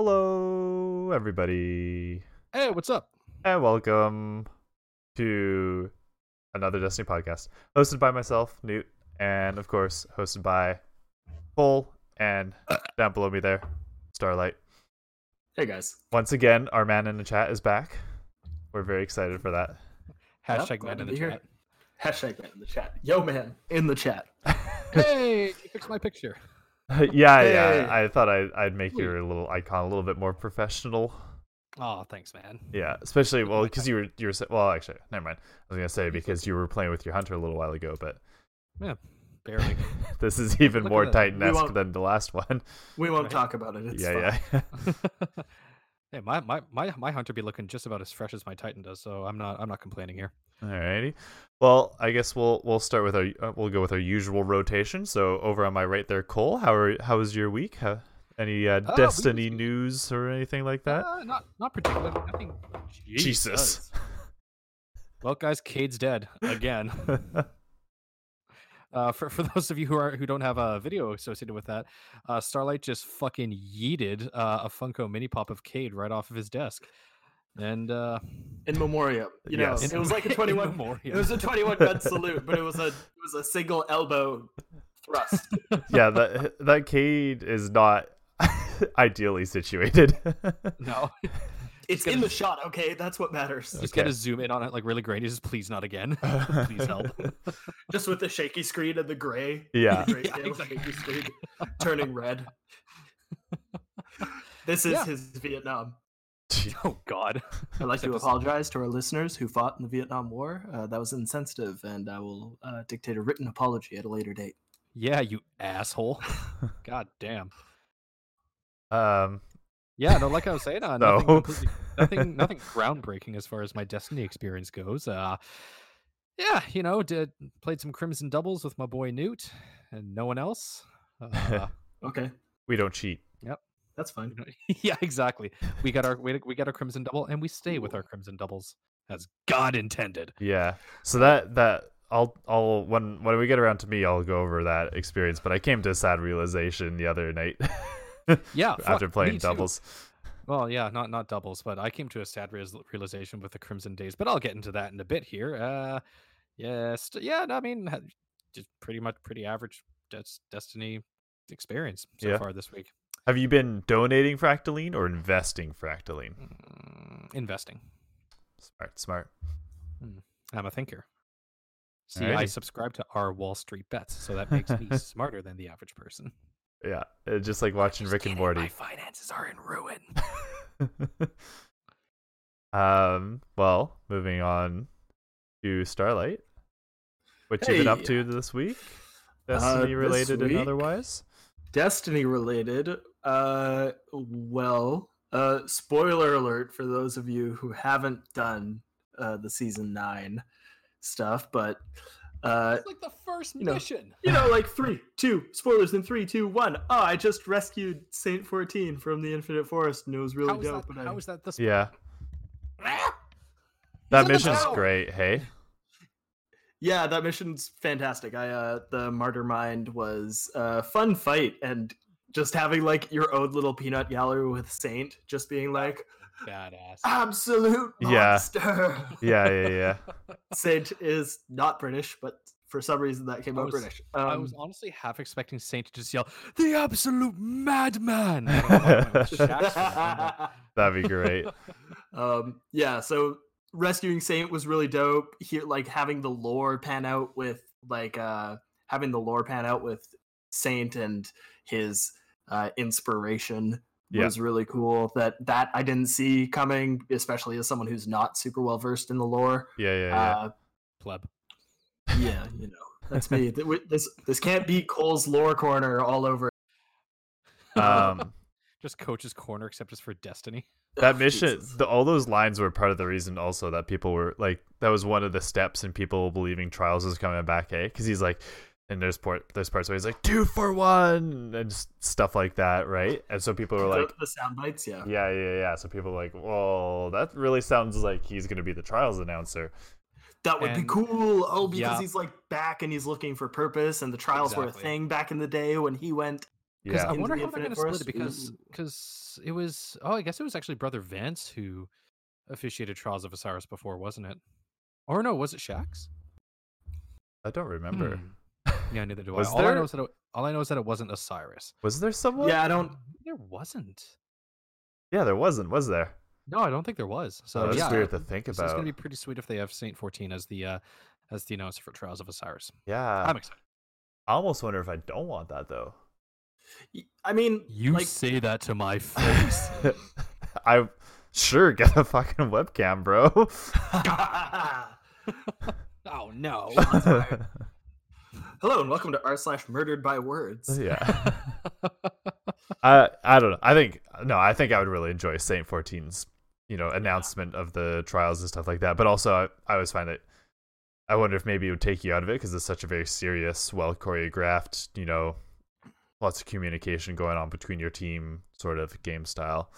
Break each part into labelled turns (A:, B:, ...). A: Hello, everybody,
B: Hey, what's up?
A: and welcome to another Destiny podcast, hosted by myself, Newt, and of course, hosted by Bull, and down below me there, Starlight.
C: Hey guys.
A: Once again, our man in the chat is back. We're very excited for that.
C: Yep,
B: Hashtag
C: glad
B: man
C: to
B: in
C: be
B: the
C: here.
B: chat.
C: Hashtag man in the chat. Yo man in the chat.
B: Hey, you fixed my picture.
A: yeah,
C: Hey.
A: yeah. I thought I, I'd make your little icon a little bit more professional.
B: Oh, thanks, man.
A: Yeah, especially well because you were you were sa- well actually never mind. I was gonna say because you were playing with your hunter a little while ago, but
B: Barely.
A: this is even
B: Look at
A: more
B: that.
C: We
A: Titan-esque
C: won't-
A: than the last one.
C: We won't
B: Right.
C: talk about it. It's
A: yeah,
C: fine.
A: yeah.
B: hey, my, my my my hunter be looking just about as fresh as my titan does, so I'm not I'm not complaining here.
A: Alrighty. Well, I guess we'll we'll start with our uh, we'll go with our usual rotation. So over on my right there, Cole, how are how was your week? How, any uh,
B: Ah, week was
A: Destiny
B: good.
A: news or anything like that?
B: Uh, not not particularly. Nothing.
A: Jesus.
B: Well, guys, Cade's dead again. Uh, for for those of you who are who don't have a video associated with that, uh, Starlight just fucking yeeted uh, a Funko mini pop of Cade right off of his desk, and uh,
C: In memoriam. You know,
A: Yes.
C: it was like a
B: in
C: 21
B: memoriam.
C: It was a 21 gun salute, but it was a it was a single elbow thrust.
A: yeah, that that Cade is not ideally situated.
B: no.
C: It's
B: gonna-
C: in the shot, okay? That's what matters.
B: Just
A: Okay.
B: gotta zoom in on it like really great. He's just please not again. please help.
C: Just with the shaky screen and the gray.
A: yeah.
C: the gray
B: Yeah,
C: scale
B: exactly.
C: shaky screen turning red. This is
B: Yeah.
C: his Vietnam.
B: oh God.
C: I'd like
B: Except
C: to
B: it's-
C: apologize to our listeners who fought in the Vietnam War. Uh, that was insensitive, and I will uh, dictate a written apology at a later date.
B: Yeah, you asshole. God damn.
A: Um.
B: Yeah, no, like I was saying, uh,
A: No.
B: nothing, completely- nothing, nothing groundbreaking as far as my Destiny experience goes. Uh, yeah, you know, did played some Crimson doubles with my boy Newt and no one else. Uh,
C: Okay,
A: we don't cheat.
C: that's fine.
B: yeah, exactly. We got our we, we got our Crimson double, and we stay with our Crimson doubles as God intended.
A: Yeah. So that that I'll I'll when when we get around to me, I'll go over that experience. But I came to a sad realization the other night
B: Yeah, fuck,
A: after
B: me
A: playing
B: too.
A: doubles.
B: Well, yeah, not not doubles, but I came to a sad reas- realization with the Crimson Days, but I'll get into that in a bit here. Uh, yeah, st- yeah, no, I mean, ha- just pretty much pretty average des- Destiny experience so
A: Yeah.
B: far this week.
A: Have you been donating fractaline or investing fractaline?
B: Mm, investing,
A: Smart, smart.
B: I'm a thinker. See, I
A: Alrighty.
B: subscribe to our Wall Street bets, so that makes me smarter than the average person.
A: Yeah, uh, just like watching
B: Just
A: Rick and
B: kidding,
A: Morty.
B: my finances are in ruin.
A: um. Well, moving on to Starlight. What you been up
C: Hey.
A: to this week?
C: Uh,
A: Destiny
C: this
A: related and
C: week?
A: otherwise?
C: Destiny related. Uh, well, uh, spoiler alert for those of you who haven't done uh, the season nine stuff, but uh,
B: like the first
C: You know,
B: mission.
C: you know, like three, two spoilers in three, two, one. Oh, I just rescued Saint Fourteen from the Infinite Forest, and it was really
B: how, is
C: dope.
B: that,
C: and I-
B: how is that this?
A: Yeah.
B: in
A: That
B: the
A: mission's
B: battle.
A: great, hey?
C: Yeah, that mission's fantastic. I uh the martyr mind was a uh, fun fight and just having like your own little peanut gallery with Saint just being like
B: Badass.
C: absolute
A: Yeah.
C: monster.
A: Yeah, yeah, yeah.
C: Saint is not British, but for some reason that came
B: I
C: out
B: was-
C: British.
B: I
C: Um,
B: was honestly half expecting Saint to just yell, "The absolute madman!" I don't know why my Shaq's from that,
A: That'd be great.
C: um yeah, so rescuing Saint was really dope. Here like having the lore pan out with like uh having the lore pan out with Saint and his uh inspiration
A: Yeah.
C: was really cool that that I didn't see coming, especially as someone who's not super well versed in the lore.
A: Yeah, yeah,
C: Uh,
B: but Pleb.
C: yeah, you know, that's me. Th- we- this this can't be Cole's lore corner all over.
A: yeah. Um,
B: Just coach's corner, except it's for Destiny.
A: that
C: Ugh,
A: mission,
C: Jesus.
A: the, all those lines were part of the reason also that people were like, that was one of the steps in people believing Trials is coming back, eh? Because he's like, and there's part, there's parts where he's like two for one and s- stuff like that, right? And so people were
C: The-
A: like,
C: the, sound bites, yeah.
A: yeah, yeah, yeah. So people were like, well, that really sounds like he's gonna be the Trials announcer.
C: That would be
B: And-
C: cool. Oh, because
B: yeah.
C: he's like back and he's looking for purpose, and the trials were a
B: Exactly.
C: thing back in the day when he went.
B: Because
A: Yeah.
B: I
C: Into
B: wonder
C: the
B: how they're going to
C: Infinite
B: split it
C: Forest?
B: because
C: Ooh.
B: because it was oh I guess it was actually brother Vance who officiated Trials of Osiris before, wasn't it? Or no, was it Shax?
A: I don't remember.
B: Hmm. Yeah, neither do
A: Was
B: I. All I
A: there-
B: know is that it, all I know is that it wasn't Osiris.
A: Was there someone?
C: Yeah, I don't.
B: There wasn't.
A: Yeah, there wasn't, was there?
B: No, I don't think there was. So
A: oh, that's
B: yeah,
A: weird to think
B: so it's
A: about.
B: going to be pretty sweet if they have Saint Fourteen as the uh as the announcer for Trials of Osiris.
A: yeah.
B: I'm excited.
A: I almost wonder if I don't want that though.
C: I mean,
B: You
C: like,
B: say that to my face.
A: I sure get a fucking webcam, bro.
B: oh no.
C: hello and welcome to r slash murdered by words.
A: yeah. I I don't know. I think no, I think I would really enjoy Saint 14's, you know, announcement of the trials and stuff like that. But also I, I always find it I wonder if maybe it would take you out of it because it's such a very serious, well choreographed, you know, lots of communication going on between your team sort of game style.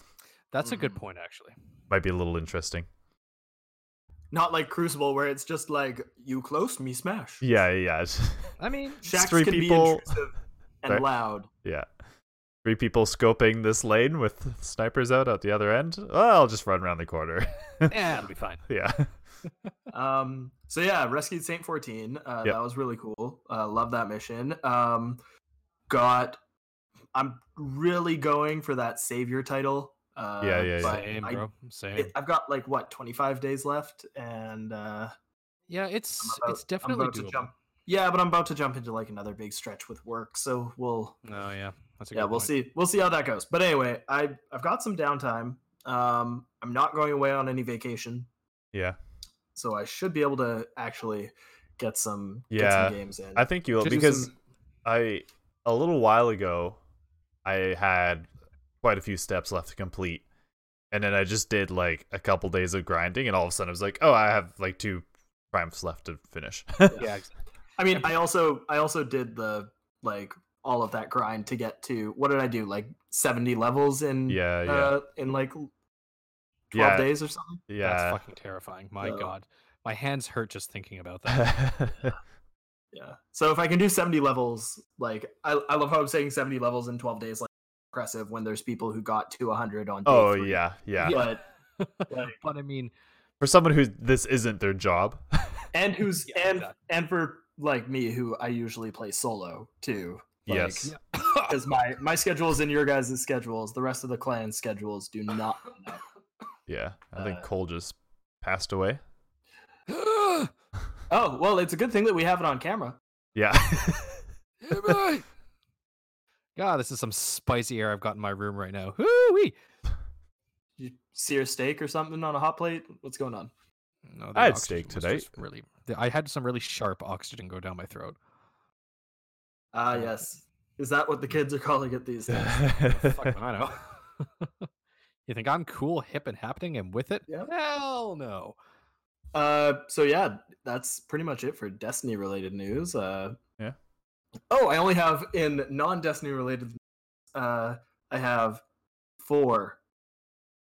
B: That's a good
C: Mhm.
B: point actually.
A: Might be a little interesting.
C: Not like Crucible, where it's just like you close, me smash.
A: Yeah, yeah.
B: I mean,
C: Shacks
A: Three
C: can be
A: people-
C: intrusive and
A: Sorry.
C: loud.
A: Yeah. Three people scoping this lane with snipers out at the other end. Oh, I'll just run around the corner.
B: yeah, it'll be fine.
A: yeah.
C: Um, so yeah, rescued Saint 14. Uh,
A: Yep.
C: That was really cool. Uh, love that mission. Um, got. I'm really going for that savior title. Uh,
A: Yeah, yeah, yeah.
C: but
B: Same,
C: I-
B: bro. Same.
C: it- I've got like what 25 days left, and uh,
B: yeah, it's
C: about-
B: it's
C: I'm
B: definitely
C: about to
B: doable.
C: jump. Yeah, but I'm about to jump into like another big stretch with work, so we'll
B: No, Oh, yeah, that's a
C: yeah
B: good
C: we'll
B: point.
C: see we'll see how that goes. But anyway, I I've got some downtime. Um, I'm not going away on any vacation,
A: Yeah.
C: so I should be able to actually get some
A: Yeah,
C: get some games in.
A: I think you will
C: Could do
A: because
C: some-
A: I a little while ago I had quite a few steps left to complete. And then I just did like a couple days of grinding and all of a sudden I was like, "Oh, I have like two triumphs left to finish."
B: Yeah, exactly.
C: I mean, I also I also did the like all of that grind to get to what did I do like 70 levels in
A: Yeah, yeah.
C: uh, in like 12
A: yeah.
C: days or something.
B: that's
A: Yeah.
B: fucking terrifying. My
C: Yeah.
B: god, my hands hurt just thinking about that.
C: Yeah. So if I can do 70 levels, like I, I love how I'm saying 70 levels in 12 days, like impressive when there's people who got to 100 on. Day
A: oh,
C: three.
A: yeah. Yeah.
C: But
B: but, I mean,
A: For someone who this isn't their job.
C: and who's
B: Yeah,
C: and
B: exactly.
C: and for like me who I usually play solo too.
A: yes.
C: Like,
A: Ah.
C: Because my my schedules and your guys' schedules, the rest of the clan's schedules do not. line up.
A: Yeah, I think
C: Uh,
A: Cole just passed away.
C: Oh well, it's a good thing that we have it on camera.
A: Yeah,
B: God, this is some spicy air I've got in my room right now. Hoo-wee.
C: you sear steak or something on a hot plate? What's going on?
B: No,
A: I had
B: the oxygen
A: steak
B: was
A: today.
B: just Really, the- I had some really sharp oxygen go down my throat.
C: Ah, yes. Is that what the kids are calling it these days?
B: Fuck,
A: Oh,
B: if I know. you think I'm cool, hip, and happening, and with it?
C: Yep.
B: Hell no.
C: uh, so yeah, that's pretty much it for Destiny related news. Uh,
A: Yeah.
C: Oh, I only have in non-Destiny related. Uh, I have four,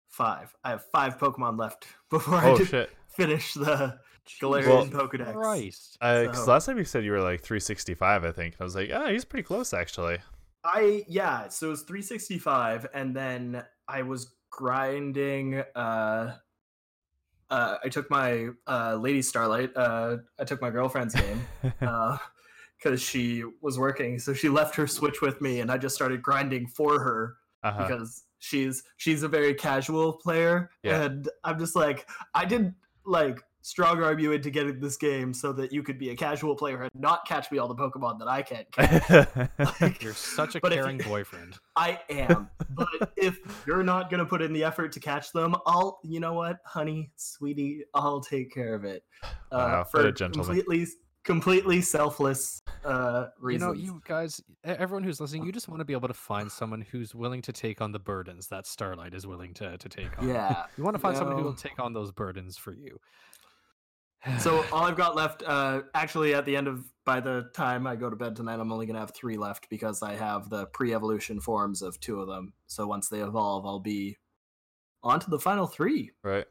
C: five. I have five Pokemon left before I
A: oh
C: can
A: shit!
C: finish the Galarian
A: Well-
C: Pokedex.
B: Christ.
A: Because
C: So-
A: Uh, last time you said you were like 365, I think. I was like, oh, he's pretty close actually.
C: I yeah, so it was 365 and then I was grinding uh uh I took my uh Lady Starlight, uh I took my girlfriend's game
A: Uh-huh.
C: uh cuz she was working, so she left her Switch with me and I just started grinding for her
A: Uh-huh.
C: because she's she's a very casual player
A: Yeah.
C: and I'm just like I did like strong arm you into getting this game so that you could be a casual player and not catch me all the Pokemon that I can't catch. Like,
B: You're such a
C: but if-
B: caring boyfriend.
C: I am. But if you're not gonna put in the effort to catch them, I'll you know what, honey, sweetie, I'll take care of it. Uh
A: Wow, what
C: for
A: a gentleman.
C: completely completely selfless uh reasons.
B: You know, you guys, e- everyone who's listening, you just want to be able to find someone who's willing to take on the burdens that Starlight is willing to, to take on.
C: Yeah.
B: You want to find someone who will
C: No.
B: take on those burdens for you.
C: So all I've got left, uh actually at the end of by the time I go to bed tonight, I'm only gonna have three left because I have the pre evolution forms of two of them. So once they evolve, I'll be on to the final three.
A: right.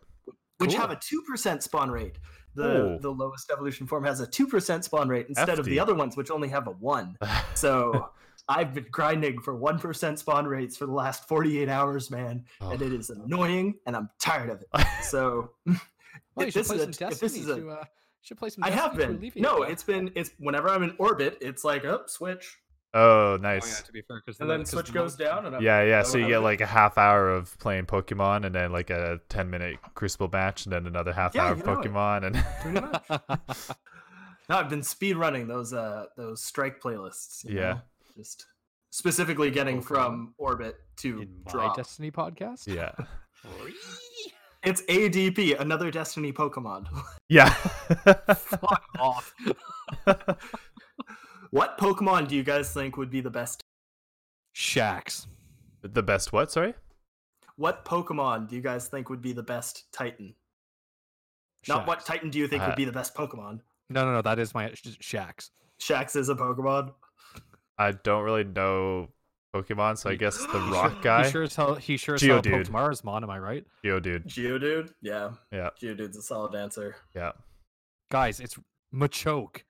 C: which
B: Cool.
C: have a two percent spawn rate. The
A: Oh.
C: the lowest evolution form has a two percent spawn rate instead of
A: Hefty.
C: the other ones, which only have a one. So I've been grinding for 1% spawn rates for the last 48 hours, man.
A: Oh.
C: And it is annoying and I'm tired of it. So
B: Well, you
C: if
B: should
C: this
B: play
C: is
B: some
C: a- if this
B: Destiny
C: is a-
B: to, uh, you should play some
C: I have
B: Destiny to
C: been.
B: alleviate
C: No,
B: that.
C: it's been it's whenever I'm in orbit, it's like oh switch.
A: Oh,
B: Oh, yeah,
A: nice.
B: to be fair, 'cause
C: And
B: the-
C: then
B: 'cause
C: switch
B: the
C: goes
B: modes-
C: down and I'm
A: Yeah, yeah.
C: I
A: So you
C: don't
A: get
C: have Oh, it.
A: like a half hour of playing Pokemon, and then like a ten minute Crucible match, and then another half
C: Yeah,
A: hour of
C: you know it.
A: Pokemon, and
C: pretty much. No, I've been speed running those uh those strike playlists. you
A: Yeah.
C: know? Just specifically getting
B: Pokemon.
C: from orbit to
B: in my
C: drop.
B: Destiny podcast.
A: yeah,
C: it's ADP, another Destiny Pokemon.
A: yeah.
C: Fuck off. what Pokemon do you guys think would be the best?
B: Shax.
A: the best what? Sorry.
C: What Pokemon do you guys think would be the best Titan? Not what
B: Shax.
C: Titan do you think
A: Uh,
C: would be the best Pokemon?
B: No, no, no. That is my sh- Shax.
C: Shax is a Pokemon.
A: I don't really know Pokemon, so I
B: You-
A: guess the
C: you
A: Rock
C: sure- you
A: guy,
B: He sure as hell. He sure as hell
A: Geodude.
B: poked Marsmon. Am I right,
A: Geodude.
C: Geodude? Yeah.
A: Yeah.
C: Geodude's a solid answer.
A: Yeah.
B: guys? It's Machoke,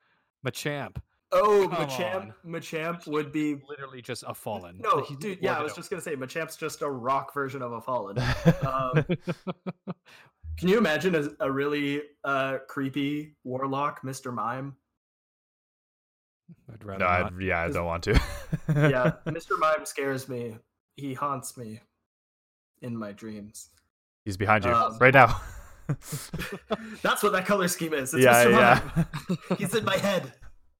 B: Machamp.
C: Oh,
B: Come
C: Machamp. Machamp would be.
B: Literally just a fallen.
C: No,
B: He won
C: dude. Yeah, I
B: it
C: was
B: all.
C: just gonna say Machamp's just a rock version of a Fallen. Um, can you imagine a, a really uh, creepy warlock, Mr. Mime?
B: I'd rather
A: no, I,
B: not.
A: yeah, I
C: Is-
A: don't want to.
C: yeah, Mr. Mime scares me. He haunts me in my dreams.
A: he's behind you
C: Um,
A: right now.
C: That's what that color scheme is. It's
A: yeah,
C: Mr.
A: yeah.
C: Mime. He's in my head.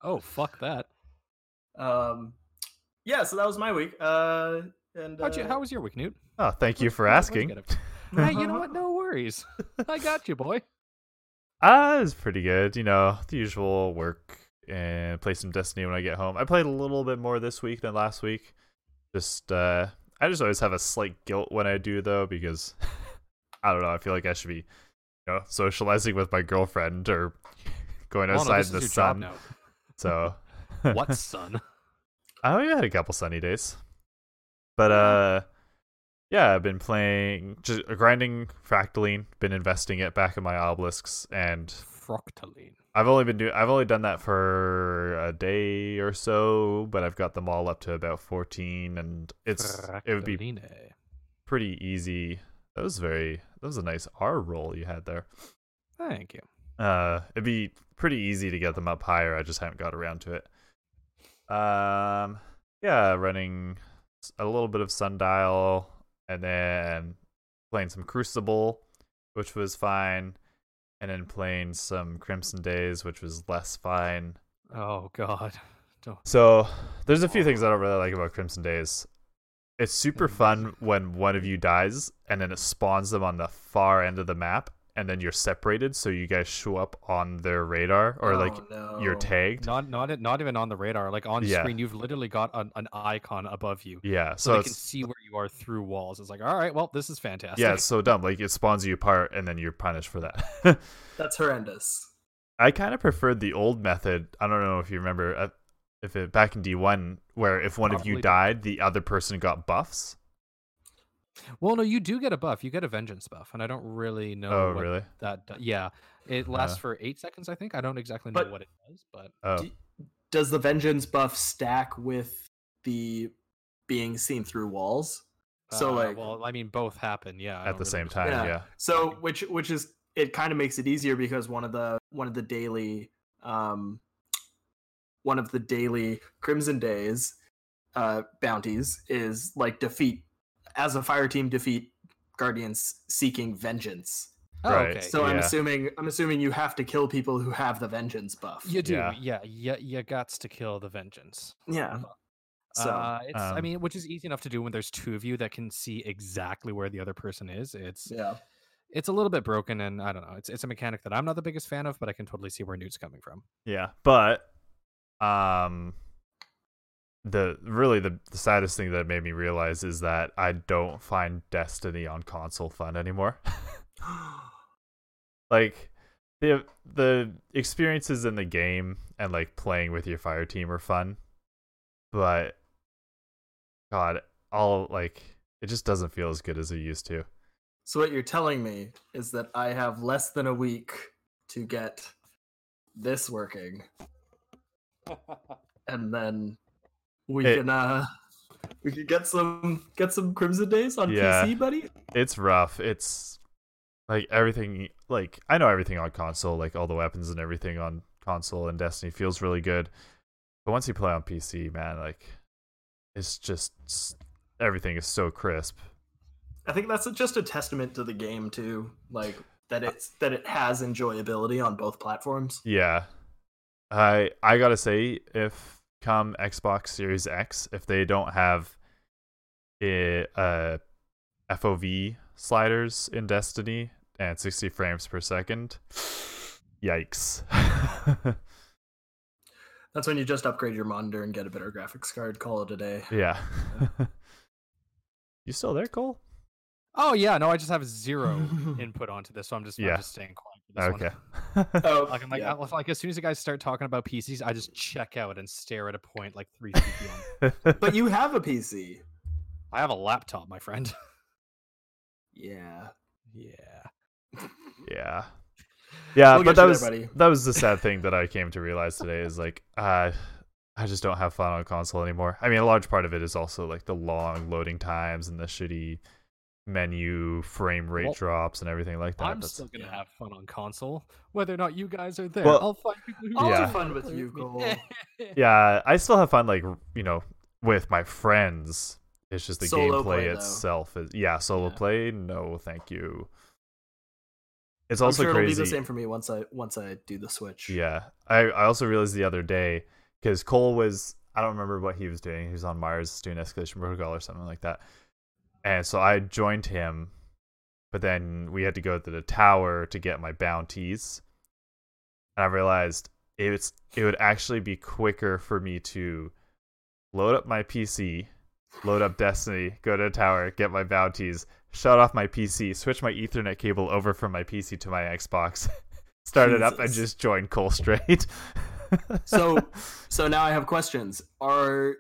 B: Oh fuck that!
C: Um, yeah, so that was my week. Uh, and
B: How'd you,
C: uh,
B: how was your week, Newt?
A: Oh, thank you
B: What'd-
A: for
B: what'd- what'd
A: asking.
B: get up to? hey, you know what? No worries. I got you, boy.
A: Uh, it was pretty good. You know, the usual work and play some Destiny when I get home. I played a little bit more this week than last week. Just, uh, I just always have a slight guilt when I do though, because I don't know. I feel like I should be, you know, socializing with my girlfriend or going
B: Lana,
A: outside
B: Oh, this
A: in
B: is
A: the
B: your job
A: sun.
B: now.
A: So
B: What son?
A: I only had a couple sunny days, but uh, yeah, I've been playing just grinding Fractaline. Been investing it back in my obelisks and
B: Froctaline.
A: I've only been doing. I've only done that for a day or so, but I've got them all up to about fourteen, and it's it would be
B: Fractaline.
A: pretty easy. That was very. That was a nice R roll you had there.
B: Thank you.
A: Uh, it'd be pretty easy to get them up higher. I just haven't got around to it. Um, yeah, running s- a little bit of Sundial, and then playing some Crucible, which was fine, and then playing some Crimson Days, which was less fine.
B: Oh god. Don't.
A: So there's a few things I don't really like about Crimson Days. It's super fun when one of you dies and then it spawns them on the far end of the map and then you're separated so you guys show up on their radar or like
C: oh,
A: you're
C: no.
A: tagged.
B: Not not not even on the radar. Like on
A: Yeah.
B: screen, you've literally got an, an icon above you,
A: yeah,
B: so,
A: so
B: they can
A: it's
B: see where you are through walls. It's like, all right, well, this is fantastic.
A: yeah, it's so dumb. Like it spawns you apart and then you're punished for that.
C: That's horrendous.
A: I kind of preferred the old method. I don't know if you remember uh, if it back in D1 where if one of you
B: Probably don't.
A: died, the other person got buffs.
B: Well, no, you do get a buff. You get a vengeance buff, and I don't really know
A: Oh,
B: what
A: really? Uh-huh.
B: that. Do- yeah, it lasts for eight seconds, I think. I don't exactly know
C: But-
B: what it does, but
A: Oh.
C: Do- Does the vengeance buff stack with the being seen through walls? So,
B: uh,
C: like-
B: well, I mean, both happen. Yeah, I
A: at
B: don't
A: the
B: really
A: same
B: know.
A: time,
C: Yeah.
A: yeah.
C: So which which is it kind of makes it easier because one of the one of the daily um one of the daily Crimson Days uh bounties is like defeat as a fire team defeat guardians seeking vengeance.
B: Oh,
A: Right.
B: okay.
C: So I'm
A: Yeah.
C: assuming I'm assuming you have to kill people who have the vengeance buff.
B: you do,
A: Yeah.
B: yeah, yeah, you, gots to kill the vengeance.
C: yeah. So
B: uh, it's, I
A: um,
B: mean, which is easy enough to do when there's two of you that can see exactly where the other person is. It's
C: yeah.
B: it's a little bit broken, and I don't know. It's it's a mechanic that I'm not the biggest fan of, but I can totally see where Newt's coming from.
A: Yeah, but um, the really the, the saddest thing that made me realize is that I don't find Destiny on console fun anymore. like the the experiences in the game and like playing with your fire team are fun, but God, all like it just doesn't feel as good as it used to.
C: So what you're telling me is that I have less than a week to get this working. and then we
A: It-
C: can uh we could get some get some Crimson Days on
A: Yeah.
C: PC, buddy.
A: it's rough. It's like everything like I know everything on console, like all the weapons and everything on console and Destiny feels really good. But once you play on PC, man, like it's just s- everything is so crisp.
C: I think that's just a testament to the game too, like that it's that it has enjoyability on both platforms.
A: Yeah. I I got to say if come Xbox Series X if they don't have i- uh FOV sliders in Destiny and 60 frames per second. Yikes.
C: That's when you just upgrade your monitor and get a better graphics card. Call it a day.
A: Yeah. you still there, Cole?
B: Oh yeah, no, I just have zero input onto this, so I'm just, I'm
A: Yeah.
B: just staying quiet. For this
A: Okay.
B: One.
C: Oh,
B: Like, I'm like,
C: yeah.
B: I- like as soon as the guys start talking about PCs, I just check out and stare at a point like three feet beyond.
C: but you have a PC.
B: I have a laptop, my friend.
C: Yeah.
B: yeah.
A: yeah. Yeah,
C: We'll
A: Uh, but
C: get
A: that
C: you there,
A: was
C: buddy.
A: that was the sad thing that I came to realize today is like uh I just don't have fun on console anymore. I mean, a large part of it is also like the long loading times and the shitty menu frame rate
B: Well,
A: drops and everything like that.
B: I'm
A: That's-
B: still gonna
C: yeah.
B: have fun on console, whether or not you guys are there.
A: Well,
B: I'll find people who
C: I'll
A: Yeah.
C: have fun with you, Cole.
A: yeah, I still have fun like, you know, with my friends. It's just the
C: Solo
A: gameplay
C: play, though.
A: itself is yeah, solo
B: Yeah.
A: play, no, thank you. It's
C: I'm
A: also
C: sure
A: crazy.
C: it'll be the same for me once I once I do the Switch.
A: Yeah. I, I also realized the other day because Cole was, I don't remember what he was doing. He was on Mars doing escalation protocol or something like that. And so I joined him, but then we had to go to the tower to get my bounties. And I realized it's it would actually be quicker for me to load up my PC, load up Destiny, go to the tower, get my bounties, shut off my PC, switch my Ethernet cable over from my PC to my Xbox, start it up, and
C: Jesus.
A: just join Cole straight.
C: So so now I have questions. Are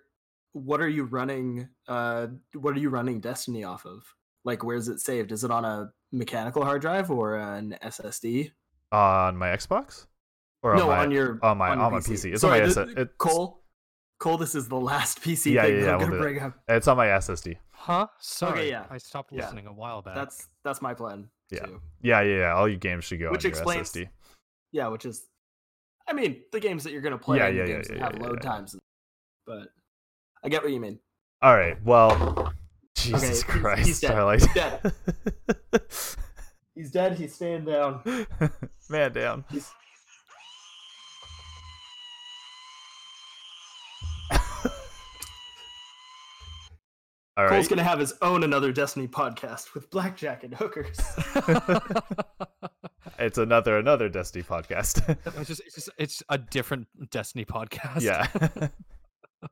C: what are you running uh what are you running Destiny off of? Like where's it saved? Is it on a mechanical hard drive or an SSD?
A: on my Xbox or
C: no,
A: on, my,
C: on your
A: on my
C: on,
A: on, my
C: your
A: PC. It's
C: Sorry,
A: on my
C: this-
A: SS- it's,
C: Cole. Cole, this is the last PC
A: Yeah,
C: thing
A: yeah,
C: that
A: yeah,
C: I'm
A: we'll
C: gonna
A: do that.
C: bring up.
A: It's on my SSD.
B: Huh? Sorry,
C: yeah.
B: I stopped
C: Yeah.
B: listening a while back.
C: That's that's my plan
A: Yeah.
C: too.
A: Yeah, yeah, yeah. All your games should go
C: Which
A: on your
C: explains-
A: SSD.
C: Yeah, which is I mean, the games that you're gonna play
A: Yeah,
C: and
A: yeah,
C: the
A: yeah,
C: games that
A: yeah,
C: have
A: yeah,
C: load
A: yeah.
C: times. But I get what you mean.
A: All right. Well, Jesus
C: he's- he's
A: Christ,
C: dead.
A: Starlight.
C: He's dead. He's dead, he's staying down.
A: Man down.
C: He's
A: All right.
C: Cole's gonna have his own another Destiny podcast with blackjack and hookers.
A: It's another another Destiny podcast.
B: it's just, it's just, it's a different Destiny podcast.
A: yeah.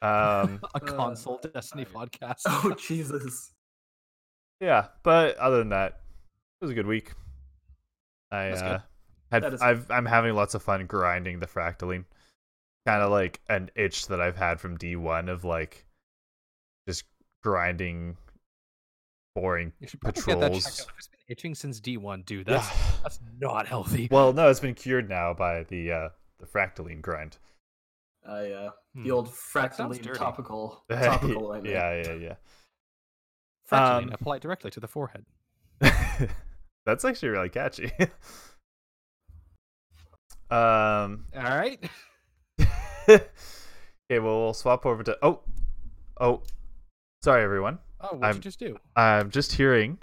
A: um.
B: a
C: Uh,
B: console Destiny podcast.
C: oh Jesus!
A: Yeah. But other than that, it was a good week. I
B: That's good.
A: uh,
C: That
A: had
C: is-
A: I've I'm having lots of fun grinding the fractaline. Kind of like an itch that I've had from D1 of like just grinding boring
B: You should probably get that checked
A: patrols.
B: out. It's been itching since D1, dude. That's that's not healthy.
A: Well, no, it's been cured now by the uh the fractaline grind.
C: I uh,
B: Hmm.
C: the old
B: sounds
C: fractally
B: dirty.
C: topical topical ointment.
A: yeah, yeah, yeah.
B: Fractaline
A: um,
B: applied directly to the forehead.
A: That's actually really catchy. um
B: All right.
A: okay, well we'll swap over to oh oh sorry everyone.
B: Oh, what'd
A: I'm-
B: you just do?
A: I'm just hearing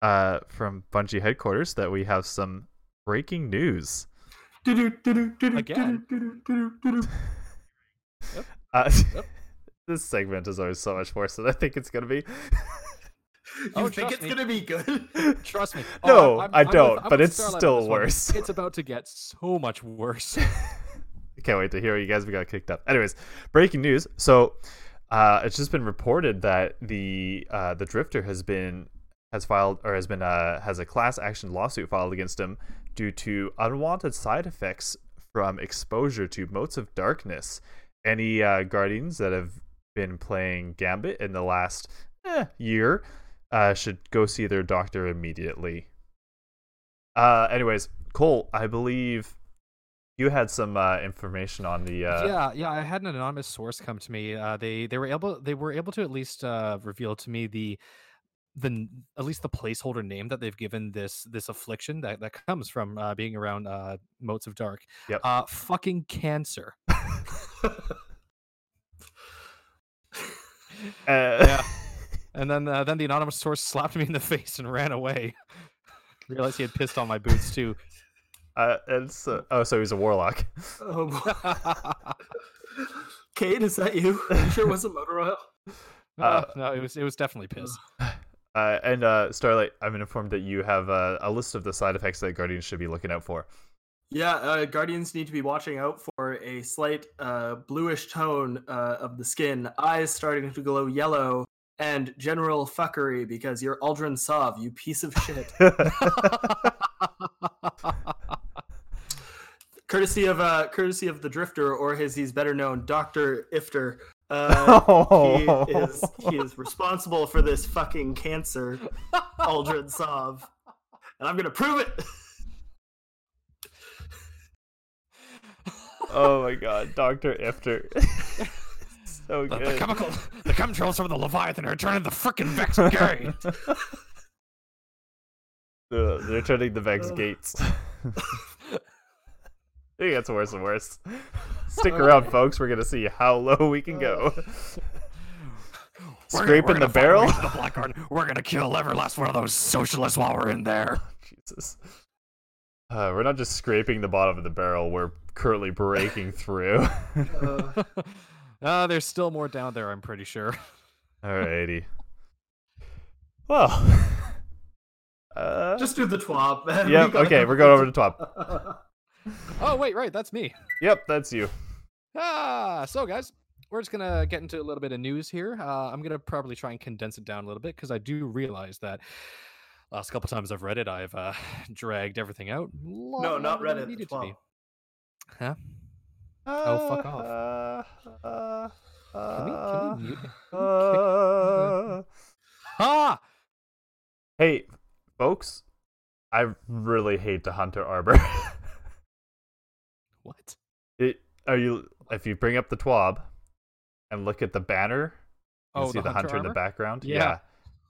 A: uh from Bungie headquarters that we have some breaking news.
C: Do-do, do-do, do-do,
B: Again?
C: do-do, do-do, do-do, do-do.
A: Uh,
B: Yep.
A: this segment is always so much worse than I think it's gonna be.
C: You
B: Oh,
C: think
B: trust
C: it's
B: me.
C: gonna be good?
B: Trust me. Oh,
A: No, I
B: with-
A: don't, but
B: with
A: it's
B: Starlight on
A: still
B: this one.
A: worse.
B: It's about to get so much worse.
A: Can't wait to hear what you guys we got kicked up. Anyways, breaking news. So uh, it's just been reported that the uh, the drifter has been has filed or has been uh, has a class action lawsuit filed against him due to unwanted side effects from exposure to motes of darkness. Any uh, guardians that have been playing Gambit in the last eh, year uh, should go see their doctor immediately. Uh, anyways, Cole, I believe you had some uh, information on the. Uh,
B: yeah, yeah. I had an anonymous source come to me. Uh, they they were able they were able to at least uh, reveal to me the the n- at least the placeholder name that they've given this this affliction that that comes from uh, being around uh, motes of dark.
A: Yep.
B: Uh, fucking cancer.
A: uh,
B: Yeah. And then uh, then the anonymous source slapped me in the face and ran away. Realized he had pissed on my boots too.
A: uh, it's uh, oh, so he's a warlock.
C: Oh, boy.
A: Uh,
C: Kate, is that you? Are you sure it wasn't motor oil?
B: Uh, no, it was it was definitely piss.
A: Uh, and uh, Starlight, I'm informed that you have uh, a list of the side effects that guardians should be looking out for.
C: Yeah, uh, guardians need to be watching out for a slight uh, bluish tone uh, of the skin, eyes starting to glow yellow, and general fuckery because you're Aldrin Sov, you piece of shit. courtesy of uh, courtesy of the Drifter, or as he's better known, Doctor Ifter. Uh, he
A: oh,
C: is he is responsible for this fucking cancer, Aldrin Sov, and I'm gonna prove it.
A: oh my God, Doctor Ifter. so
B: The,
A: oh, good.
B: the chemical, the chemtrails from the Leviathan are turning the frickin' Vex gay.
A: Uh, they're turning the Vex
C: Ugh.
A: gates. I think that's worse and worse. Stick around, folks. We're gonna see how low we can go.
B: We're gonna-
A: Scraping
B: we're gonna
A: the
B: find a
A: barrel.
B: way to the black garden. We're gonna kill every last one of those socialists while we're in there.
A: Jesus. Uh, we're not just scraping the bottom of the barrel. We're currently breaking through.
C: Uh,
B: uh, there's still more down there. I'm pretty sure.
A: Alrighty. Well. Uh,
C: just do the twop. man.
A: yep.
C: We gotta
A: Okay,
C: come
A: we're
C: up
A: going
C: with
A: over to top.
B: Oh wait, right, that's me.
A: Yep, that's you.
B: Ah, so guys, we're just gonna get into a little bit of news here. Uh, I'm gonna probably try and condense it down a little bit because I do realize that last couple times I've read it, I've uh, dragged everything out.
C: No, not Reddit.
B: Needed to be.
C: Needed
B: Huh?
A: Oh,
B: fuck
A: Uh, uh,
B: Can we,
A: uh,
B: can we mute?
A: uh,
B: Ah,
A: Hey, folks, I really hate the Hunter Arbor.
B: what?
A: it, are you? If you bring up the TWAB and look at the banner, you
B: Oh,
A: see the, hunter, in the
B: armor?
A: background.
B: Yeah.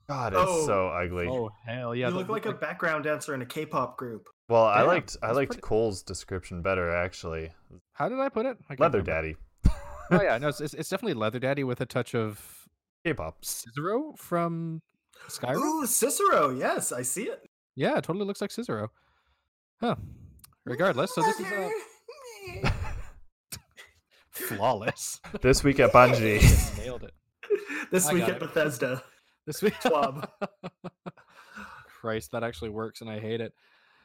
A: God, it's
C: Oh.
A: so ugly.
B: Oh hell yeah!
C: you
B: the-
C: look like a background dancer in a K-pop group.
A: Well, I
B: Damn,
A: liked I
B: that's
A: liked
B: pretty-
A: Cole's description better actually.
B: How did I put it? I can't
A: Leather
B: remember.
A: Daddy,
B: Oh yeah, no, it's, it's, it's definitely leather daddy with a touch of
A: K-pop.
B: Cicero from Skyrim.
C: Ooh, Cicero. Yes, I see it.
B: Yeah, it totally looks like Cicero. Huh. Regardless, so this is uh, flawless.
A: This week at Bungie.
B: Nailed it.
C: this
B: I
C: week
B: got
C: at
B: it.
C: Bethesda.
B: This week.
C: Twab.
B: Christ, that actually works, and I hate it.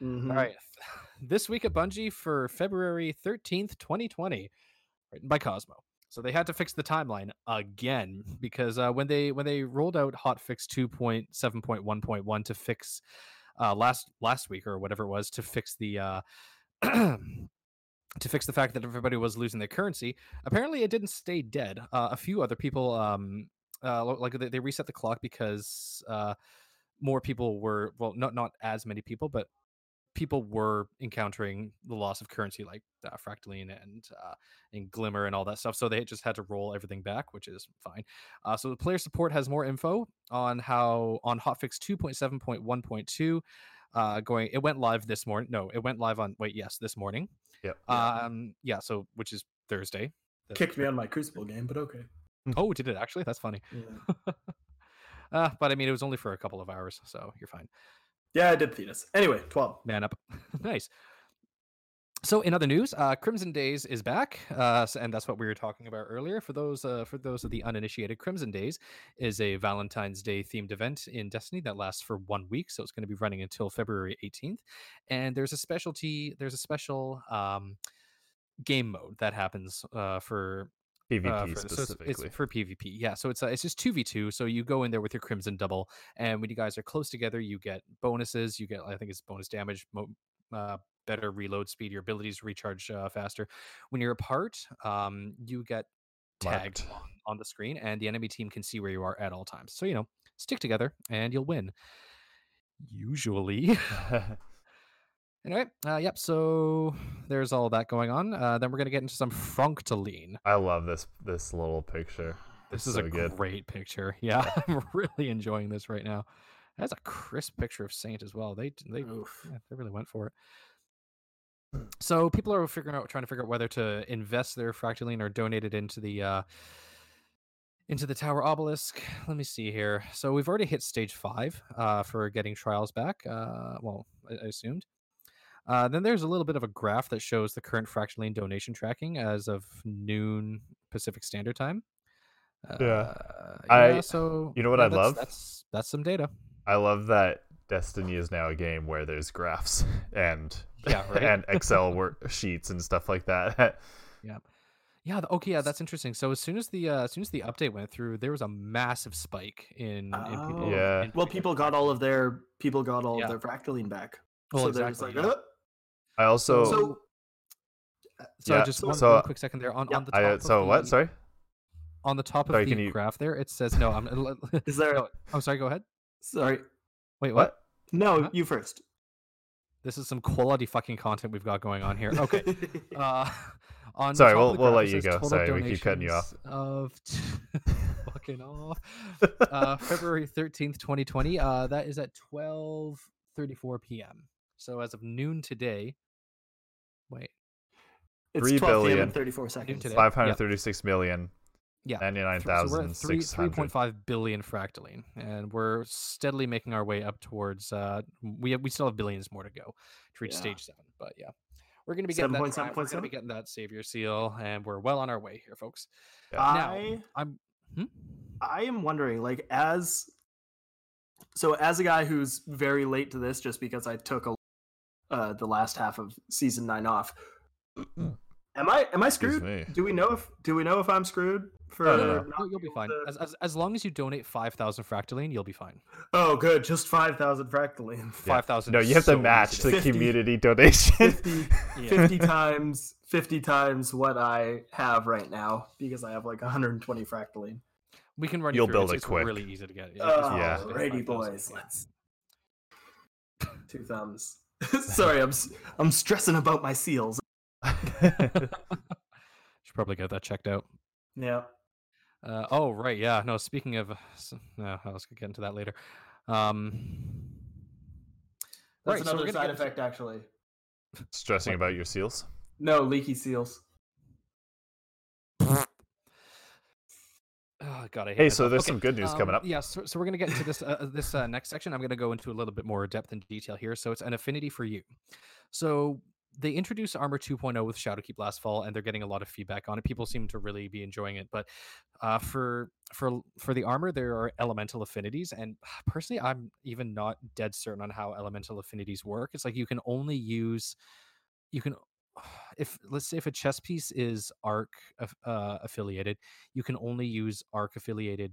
C: Mhm.
B: All right. This week at Bungie for February 13th, 2020, written by Cosmo. So they had to fix the timeline again because uh, when they when they rolled out hotfix 2.7.1.1 to fix uh, last last week or whatever it was to fix the uh, to fix the fact that everybody was losing their currency, apparently it didn't stay dead. Uh, a few other people um, uh, lo- like they, they reset the clock because uh, more people were well not not as many people but people were encountering the loss of currency like uh, fractaline and uh, and glimmer and all that stuff so they just had to roll everything back which is fine uh, so the player support has more info on how on hotfix 2.7.1.2 uh, going it went live this morning no it went live on wait yes this morning
A: Yep.
B: um yeah so which is thursday the-
C: Kicked me on my Crucible game, but okay.
B: oh did it actually that's funny
C: Yeah,
B: uh, but i mean it was only for a couple of hours so you're fine
C: Yeah, I did Thetis. Anyway, 12.
B: Oh, Man up. nice. So in other news, uh, Crimson Days is back, uh, s- and that's what we were talking about earlier. For those uh, for those of the uninitiated, Crimson Days is a Valentine's Day themed event in Destiny that lasts for one week, so it's going to be running until February 18th. And there's a specialty, there's a special um, game mode that happens uh, for
A: PvP
B: uh, for, so it's-
A: specifically.
B: it's, for PvP. Yeah, so it's uh, it's just two v two. So you go in there with your crimson double, and when you guys are close together, you get bonuses. You get I think it's bonus damage, mo- uh, better reload speed, your abilities recharge uh, faster. When you're apart, um, you get tagged
A: Marked.
B: on, on the screen, and the enemy team can see where you are at all times. So you know, stick together, and you'll win. Usually. Anyway, uh, yep. So there's all that going on. Uh, then we're gonna get into some frunctoline.
A: I love this this little picture.
B: This
A: It's
B: is a
A: so good.
B: great picture. Yeah, I'm really enjoying this right now. That's a crisp picture of Saint as well. They they
C: Oof.
B: yeah, they really went for it.
A: Hmm.
B: So people are figuring out, trying to figure out whether to invest their fractaline or donate it into the uh, into the tower obelisk. Let me see here. So we've already hit stage five uh, for getting trials back. Uh, well, I, I assumed. Uh, then there's a little bit of a graph that shows the current fractaline donation tracking as of noon Pacific Standard Time. Uh,
A: I-
B: yeah, so
A: you know what
B: yeah,
A: I
B: that's-
A: love?
B: That's that's some data.
A: I love that Destiny is now a game where there's graphs and
B: Yeah, right?
A: and Excel worksheets and stuff like that.
B: Yeah. th- Okay. Yeah, that's interesting. So as soon as the uh, as soon as the update went through, there was a massive spike in, in people.
C: Oh.
A: Yeah.
B: in
C: Well, people got all of their people got all
B: Yeah.
C: of their fractaline back.
B: Well,
C: so
B: Oh, exactly,
C: they're
B: yeah. Oh.
C: just like,
A: I
C: "Uh."
A: also
C: so
B: So
A: yeah,
B: just
A: so-
B: one,
A: so- uh,
B: one quick second there on,
C: yeah,
B: on the top.
A: I uh,
B: of
A: so what?
B: the-
A: Sorry.
B: On the top of
A: Sorry,
B: the
A: can you-
B: graph there, it says no. I'm. l- l-
C: is there?
B: no, I'm sorry. Go ahead.
C: Sorry,
B: Wait. What?
A: What?
C: no,
B: Huh?
C: you first.
B: This is some quality fucking content we've got going on here. Okay. uh, on the
A: Sorry,
B: top of
A: we'll-
B: the
A: we'll
B: graph,
A: let
B: it
A: you
B: says
A: go.
B: total
A: Sorry, we keep cutting you off.
B: donations Of fucking off. Uh, February thirteenth, twenty twenty. Uh, that is at twelve thirty four p.m. So as of noon today. Wait.
C: it's
A: Three
C: 12 p.m.
A: billion.
C: and 34 seconds.
B: today.
A: Five hundred thirty-six million
B: Yeah.
A: ninety-nine
B: Th- so we're
A: thousand
B: at three
A: six
B: three
A: hundred.
B: point five billion fractaline, and we're steadily making our way up towards. Uh, we have, we still have billions more to go to reach
C: Yeah.
B: stage seven, but yeah, we're gonna be getting that. tri- We're gonna
C: 7.7.7?
B: be getting that savior seal, and we're well on our way here, folks. Now-
C: I
B: I'm. Hmm?
C: I am wondering, like, as so as a guy who's very late to this, just because I took a uh, the last half of season nine off. Am I am I
A: Hmm. Excuse
C: screwed?
A: me.
C: Do we know if do we know if I'm screwed for?
A: No, no, no.
C: not
B: No, you'll be
C: being
B: fine.
C: able to-
B: As, as, as long as you donate five thousand fractaline, you'll be fine.
C: Oh, good, just five thousand fractaline.
A: Yeah.
B: Five thousand.
A: No, you have to match the
C: 50.
A: community donation.
C: 50,
B: Yeah.
C: 50 times 50 times what I have right now because I have like 120 fractaline.
B: We can run.
A: You'll
B: you through.
A: build
B: it's,
A: it
B: it's
A: quick.
B: really easy to get. It.
C: Oh,
A: Yeah.
C: righty boys, let's two thumbs. Sorry, I'm s- I'm stressing about my seals.
B: Should probably get that checked out.
C: Yeah.
B: Uh, oh right, yeah. No, speaking of, s- no, I was gonna get into that later. Um, right,
C: That's
B: so we're
C: another
B: gonna
C: side
B: get into-
C: effect, actually.
A: Stressing about your seals.
C: No, leaky seals.
B: Oh god, I hate
A: Hey, so
B: myself.
A: there's
B: Okay,
A: some good news
B: um,
A: coming up.
B: Yeah, so, so we're gonna get into this uh, this uh, next section. I'm gonna go into a little bit more depth and detail here. So it's an affinity for you. So they introduced Armor 2.0 with Shadowkeep last fall, and they're getting a lot of feedback on it. People seem to really be enjoying it. But uh, for for for the armor, there are elemental affinities, and personally, I'm even not dead certain on how elemental affinities work. It's like you can only use you can if let's say if a chess piece is arc aff- uh, affiliated you can only use arc affiliated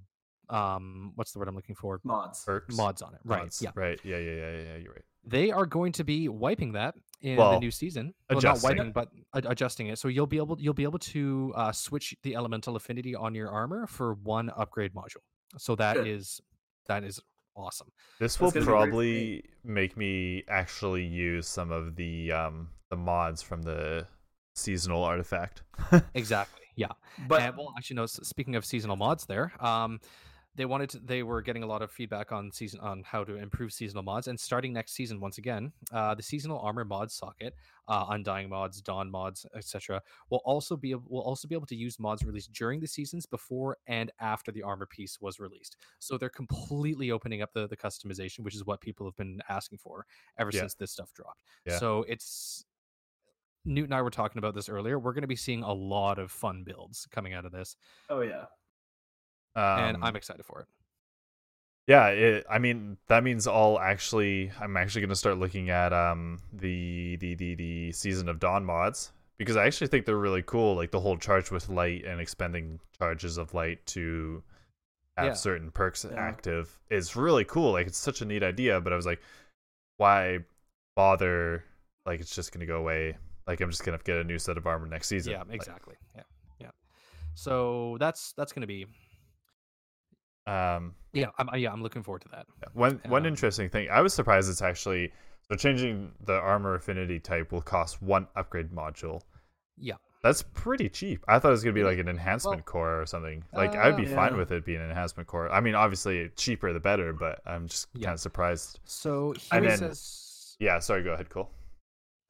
B: um what's the word i'm looking for
C: Mods.
A: Perks.
B: mods on it right
A: Mods.
B: yeah
A: Right. Yeah. Yeah. Yeah. Yeah. yeah, You're right.
B: they are going to be wiping that in the
A: Well,
B: new season
A: adjusting
B: well,
A: it.
B: not wiping but ad- adjusting it so you'll be able you'll be able to uh, switch the elemental affinity on your armor for one upgrade module so that
C: Good.
B: is that is awesome
A: This will
C: gonna be great for
A: probably make me actually use some of the um the mods from the seasonal artifact.
B: exactly yeah
C: But
B: And, Eh, well, actually, no. s- Speaking of seasonal mods, there, um, they wanted to, they were getting a lot of feedback on season on how to improve seasonal mods, and starting next season, once again, uh, the seasonal armor mod socket, uh, undying mods, dawn mods, etc., will also be ab- will also be able to use mods released during the seasons before and after the armor piece was released. So they're completely opening up the the customization, which is what people have been asking for ever
A: Yeah.
B: since this stuff dropped.
A: Yeah.
B: So it's Newt and I were talking about this earlier. We're going to be seeing a lot of fun builds coming out of this,
C: oh yeah.
A: Um,
B: and I'm excited for it.
A: yeah. It, I mean, that means I'll actually I'm actually going to start looking at um the the the the season of dawn mods because I actually think they're really cool. Like the whole charge with light and expending charges of light to have
B: Yeah.
A: certain perks
C: Yeah.
A: active is really cool. Like it's such a neat idea, but I was like, why bother? Like it's just gonna go away. Like I'm just gonna get a new set of armor next season.
B: Yeah,
A: Like,
B: exactly. Yeah, yeah. So that's that's going to be
A: um,
B: yeah, I'm yeah, I'm looking forward to that.
A: yeah. one one
B: Um,
A: interesting thing. I was surprised it's actually So changing the armor affinity type will cost one upgrade module.
B: Yeah.
A: That's pretty cheap. I thought it was gonna be like an enhancement
B: Well,
A: core or something. Like I'd be
C: uh,
A: fine
C: yeah.
A: with it being an enhancement core. I mean, obviously cheaper the better, but I'm just
B: Yeah.
A: kind of surprised.
B: So
A: I
B: Huey
A: mean-
B: says,
A: Yeah, sorry. Go ahead, Cole.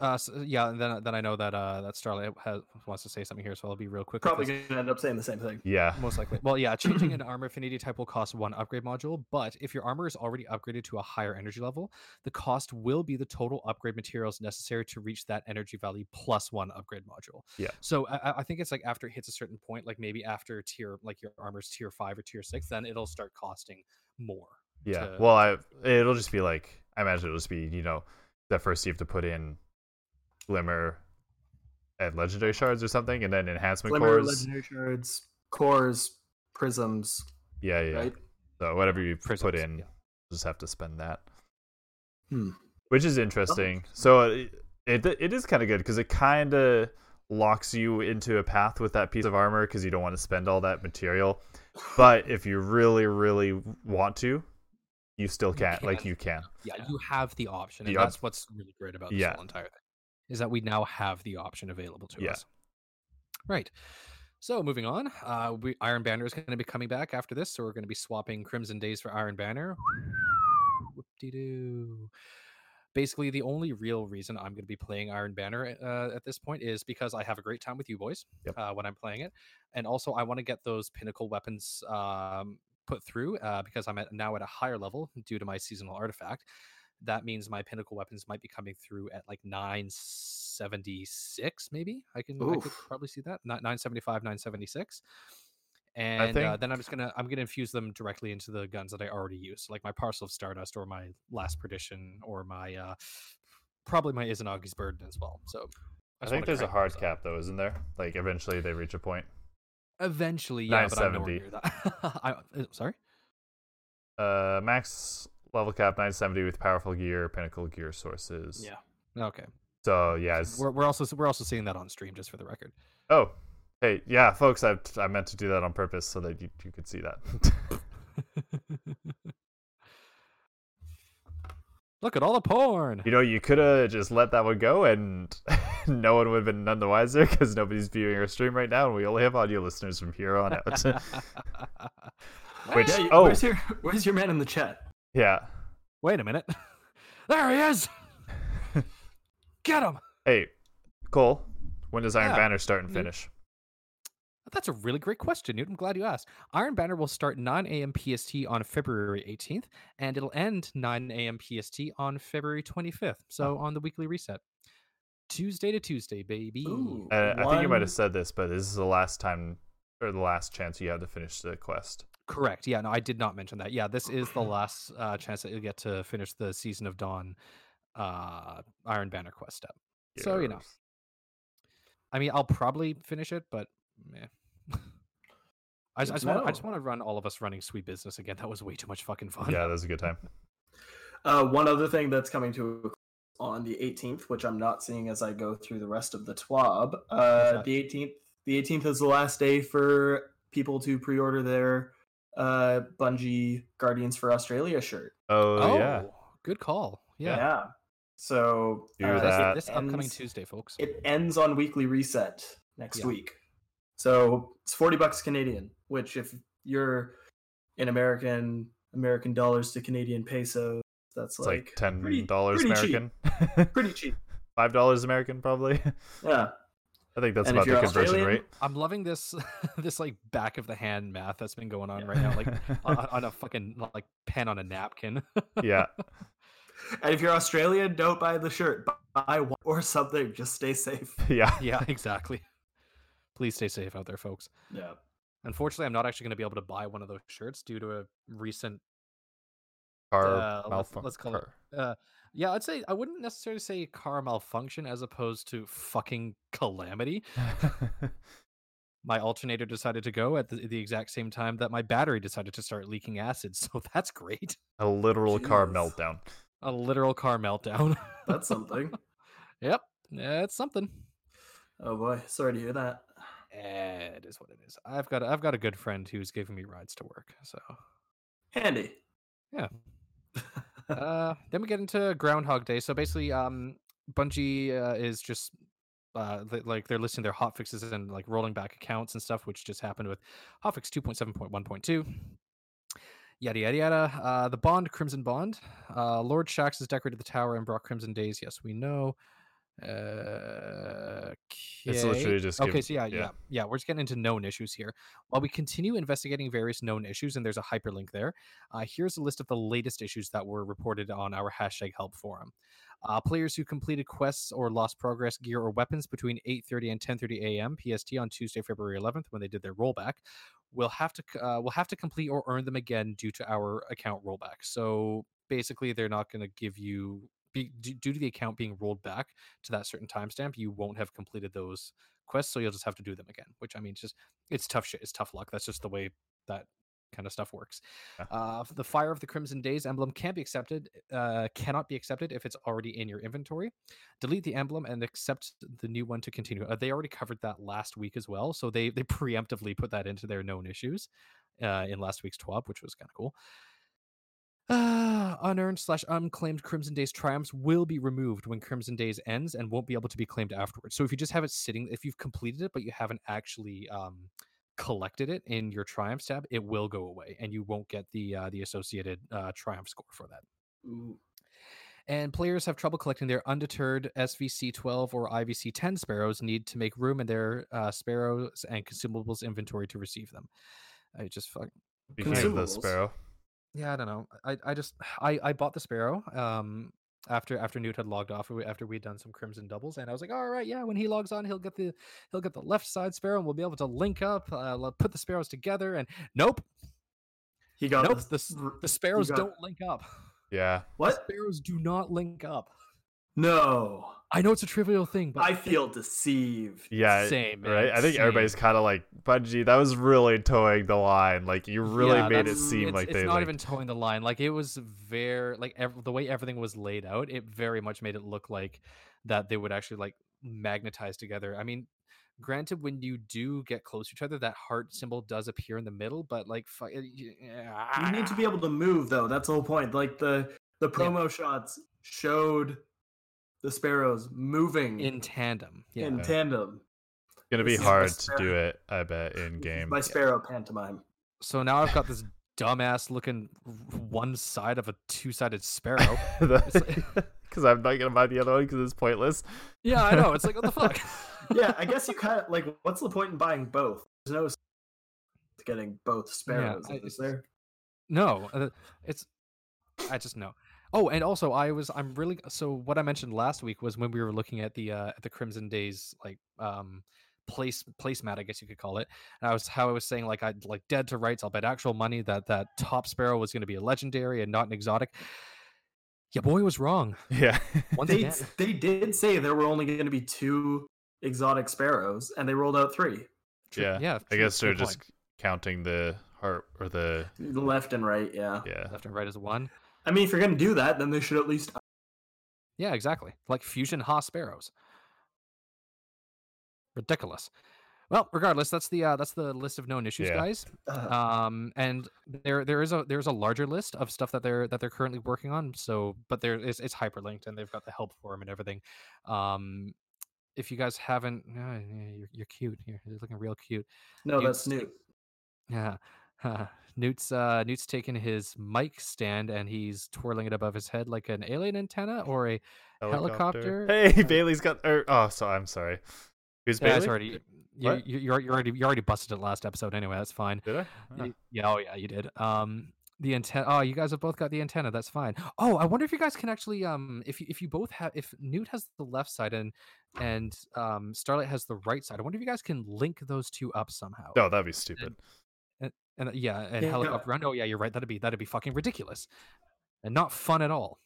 B: uh, s yeah, and then then I know that uh that Starlight has, wants to say something here, so I'll be real quick. with
C: Probably
B: this.
C: going to end up saying the same thing.
A: Yeah,
B: Most likely. Well, yeah, changing an armor affinity type will cost one upgrade module, but if your armor is already upgraded to a higher energy level, the cost will be the total upgrade materials necessary to reach that energy value plus one upgrade module.
A: Yeah.
B: So I, I- I think it's like after it hits a certain point, like maybe after tier, like your armor's tier five or tier six, then it'll start costing more.
A: yeah.
B: to-
A: Well, I it'll just be like I imagine it'll just be you know that first you have to put in glimmer and legendary shards or something, and then enhancement
C: Glimmer,
A: cores.
C: legendary shards, cores, prisms,
A: yeah, yeah.
C: right?
A: So whatever you put
B: Prisms,
A: in,
B: yeah.
A: just have to spend that.
C: Hmm.
A: Which is interesting. So it it, it is kind of good because it kind of locks you into a path with that piece of armor because you don't want to spend all that material. But if you really, really want to, you still can. not Like
B: can.
A: you can.
B: Yeah, you have the option, and
A: Yeah.
B: that's what's really great about this
A: Yeah.
B: whole entire thing is that we now have the option available to
A: Yeah.
B: us. Right. So moving on, uh, we, Iron Banner is going to be coming back after this, so we're going to be swapping Crimson Days for Iron Banner. Whoop-de-doo. Basically, the only real reason I'm going to be playing Iron Banner uh, at this point is because I have a great time with you boys
A: Yep.
B: uh, when I'm playing it, and also I want to get those pinnacle weapons um, put through uh, because I'm at, now at a higher level due to my seasonal artifact. That means my pinnacle weapons might be coming through at like 976, maybe. I can I could
C: Oof.
B: probably see that. Not 975, 976. And uh,
A: think-
B: then I'm just gonna I'm gonna infuse them directly into the guns that I already use, like my parcel of stardust or my last perdition or my uh probably my Izanagi's burden as well.
A: I,
B: So just
A: think
B: wanna
A: there's a
B: crank
A: hard
B: those up.
A: cap though, isn't there? Like eventually they reach a point.
B: Eventually, yeah, but I'm nowhere
A: 970.
B: near that. I, uh, sorry.
A: Uh, max level cap 970 with powerful gear, pinnacle gear sources.
C: Yeah.
B: Okay.
A: So yeah, it's,
B: We're, we're also we're also seeing that on stream, just for the record.
A: Oh, hey, yeah, folks, I I meant to do that on purpose so that you, you could see that.
B: Look at all the porn.
A: you know, you could have just let that one go, and no one would have been none the wiser because nobody's viewing our stream right now, and we only have audio listeners from here on out. Which-
C: Yeah, you-
A: oh.
C: where's your where's your man in the chat?
A: yeah.
B: Wait a minute. There he is. Get him.
A: Hey, Cole, when does Iron
B: Yeah.
A: Banner start and
B: Mhm.
A: finish?
B: That's a really great question, Newt. I'm glad you asked. Iron Banner will start 9 a.m. PST on February 18th, and it'll end 9 a.m. PST on February 25th. So on the weekly reset, Tuesday to Tuesday, baby.
C: Ooh,
A: Uh, I think you might
C: one-
A: have said this, but this is the last time or the last chance you had to finish the quest.
B: Correct. Yeah, no, I did not mention that. Yeah, this is the last uh, chance that you'll get to finish the Season of Dawn uh, Iron Banner quest step. So, you know.
A: Yes.
B: I mean, I'll probably finish it, but meh. I, just- I
C: Good
B: just
C: to
B: want I
C: know.
B: just want to run all of us running Sweet Business again. That was way too much fucking fun.
A: Yeah, that was a good time.
C: Uh, one other thing that's coming to a close on the 18th, which I'm not seeing as I go through the rest of the TWAB. Uh,
B: that?
C: the 18th, the 18th is the last day for people to pre-order their uh, Bungie Guardians for Australia shirt.
A: Oh, yeah.
B: good call. Yeah.
C: So
A: Do
C: uh,
A: that.
B: This upcoming
C: ends-
B: Tuesday, folks.
C: It ends on weekly reset next
B: Yeah.
C: week. So it's 40 bucks Canadian, which if you're in American American dollars to Canadian pesos, that's
A: It's like,
C: pretty-
A: $10 American.
C: Pretty cheap.
A: $5 American, probably.
C: Yeah.
A: I think that's
C: And
A: about
C: if
A: the
C: you're
A: conversion
C: Australian,
A: rate.
B: I'm loving this this like back of the hand math that's been going on right now, like uh, on, on a fucking like pen on a napkin.
A: yeah.
C: And if you're Australian, don't buy the shirt. Buy one or something. Just stay safe.
A: Yeah.
B: yeah, exactly. Please stay safe out there, folks.
C: Yeah.
B: Unfortunately, I'm not actually going to be able to buy one of those shirts due to a recent.
A: Car
B: Uh, let's-
A: malfun-
B: let's call it-
A: car.
B: Uh, yeah, I'd say I wouldn't necessarily say car malfunction as opposed to fucking calamity. My alternator decided to go at the, the exact same time that my battery decided to start leaking acid, so that's great.
A: a literal car
C: Jeez.
A: meltdown.
B: A literal car meltdown.
C: That's something.
B: Yep, yeah, it's something.
C: oh boy. Sorry to hear that.
B: Eh, It is what it is. I've got I've got a good friend who's giving me rides to work. So
C: Handy.
B: yeah, uh, then we get into Groundhog Day. So basically, um, Bungie uh, is just uh, li- like they're listing their hotfixes and like rolling back accounts and stuff, which just happened with hotfix 2.7.1.2. Yada yada yada. Uh, the Bond, Crimson Bond. Uh, Lord Shax has decorated the tower and brought Crimson Days. Yes, we know. Uh,
A: It's
B: okay.
A: literally just
B: Okay,
A: give-
B: so yeah, yeah,
A: yeah.
B: yeah, We're just getting into known issues here. While we continue investigating various known issues, and there's a hyperlink there, uh, here's a list of the latest issues that were reported on our hashtag help forum. Uh, players who completed quests or lost progress gear or weapons between 8:30 and 10:30 a.m. PST on Tuesday, February 11th, when they did their rollback, will have to c- uh, will have to complete or earn them again due to our account rollback. So basically, they're not going to give you. Be, d- due to the account being rolled back to that certain timestamp, you won't have completed those quests, so you'll just have to do them again. Which I mean, it's just it's tough shit. It's tough luck. That's just the way that kind of stuff works.
A: Yeah.
B: Uh, the Fire of the Crimson Days emblem can be accepted, uh, cannot be accepted if it's already in your inventory. Delete the emblem and accept the new one to continue. Uh, they already covered that last week as well, so they they preemptively put that into their known issues uh, in last week's TWAB, which was kind of cool. Uh, unearned slash unclaimed Crimson Days triumphs will be removed when Crimson Days ends and won't be able to be claimed afterwards. So if you just have it sitting, if you've completed it but you haven't actually um, collected it in your triumphs tab, it will go away and you won't get the uh, the associated uh, triumph score for that
C: Ooh.
B: and players have trouble collecting their undeterred SVC 12 or IVC 10 sparrows need to make room in their uh, sparrows and consumables inventory to receive them. I just fuck.
A: Speaking of the
C: Consumables.
A: sparrow,
B: Yeah, I don't know. I, I just I, I bought the sparrow um after after Newt had logged off we- after we'd done some crimson doubles and I was like, all right, yeah, when he logs on, he'll get the he'll get the left side sparrow and we'll be able to link up, uh, le- put the sparrows together. And nope,
C: He got
B: Nope,
C: this.
B: the the sparrows
C: got-
B: don't link up.
A: yeah,
B: The
C: What?
B: sparrows do not link up.
C: No.
B: I know it's a trivial thing, but
C: I feel deceived.
A: yeah,
B: same, man,
A: right. I think everybody's
B: same.
A: kind of like Bungie. That was really towing the line. Like you really
B: Yeah,
A: made it
B: that's-
A: seem
B: it's,
A: like
B: it's
A: they
B: not
A: like,
B: even towing the line. Like it was very like ev- the way everything was laid out, it very much made it look like that they would actually like magnetize together. I mean, granted, when you do get close to each other, that heart symbol does appear in the middle, but like fu- it- y-
C: You need to be able to move though. That's the whole point. Like the the promo shots showed the sparrows moving
B: in tandem. Yeah,
C: in tandem.
A: gonna be
C: this is my
A: hard to
C: sparrow.
A: do it. I bet in
C: This is
A: game.
C: My sparrow pantomime.
B: So now I've got this dumbass looking r- one side of a two-sided sparrow.
A: Because I'm not gonna buy the other one because it's pointless.
B: yeah, I know. It's like what the fuck.
C: Yeah, I guess you kind of like. What's the point in buying both? There's no s- to getting both sparrows.
B: I-
C: is there?
B: No, uh, it's I just know. Oh, and also I was I'm really so what I mentioned last week was when we were looking at the uh at the Crimson Days like um place placemat I guess you could call it. And I was how I was saying like I like dead to rights I'll bet actual money that that top sparrow was going to be a legendary and not an exotic. Your boy was wrong
A: Yeah.
B: once
C: They
B: again.
C: s- they did say there were only going to be two exotic sparrows, and they rolled out three,
B: True-
A: yeah,
B: yeah.
A: I
B: true-
A: guess they're
B: good point.
A: just counting the heart or the
C: left and right. Yeah.
A: yeah.
B: left and right is one.
C: I mean, if you're going to do that, then they should at least.
B: Yeah, exactly. Like fusion ha sparrows. Ridiculous. Well, regardless, that's the uh, that's the list of known issues,
A: Yeah.
B: guys.
C: Uh,
B: Um, and there there is a there's a larger list of stuff that they're that they're currently working on. So, but there is it's hyperlinked and they've got the help forum and everything. Um, if you guys haven't, uh, you're, you're cute. You're, you're looking real cute.
C: no,
B: you-
C: that's new.
B: Yeah. Newt's uh, Newt's taken his mic stand and he's twirling it above his head like an alien antenna or a Helicopter.
A: Hey, Bailey's got. Or, oh, so I'm sorry. Who's
B: Yeah, it's
A: Bailey?
B: already you,
A: What?
B: you, you're, you're already you already busted it last episode anyway. That's fine.
A: Did I? Oh.
B: Y- Yeah, oh yeah, you did. Um, the antenna. Oh, you guys have both got the antenna. That's fine. Oh, I wonder if you guys can actually um, if you, if you both have if Newt has the left side and and um Starlight has the right side. I wonder if you guys can link those two up somehow.
A: No, Oh, that'd be stupid.
B: And uh, yeah, and
C: Yeah, no.
B: helicopter. Run. Oh yeah, you're right. That'd be that'd be fucking ridiculous, and not fun at all.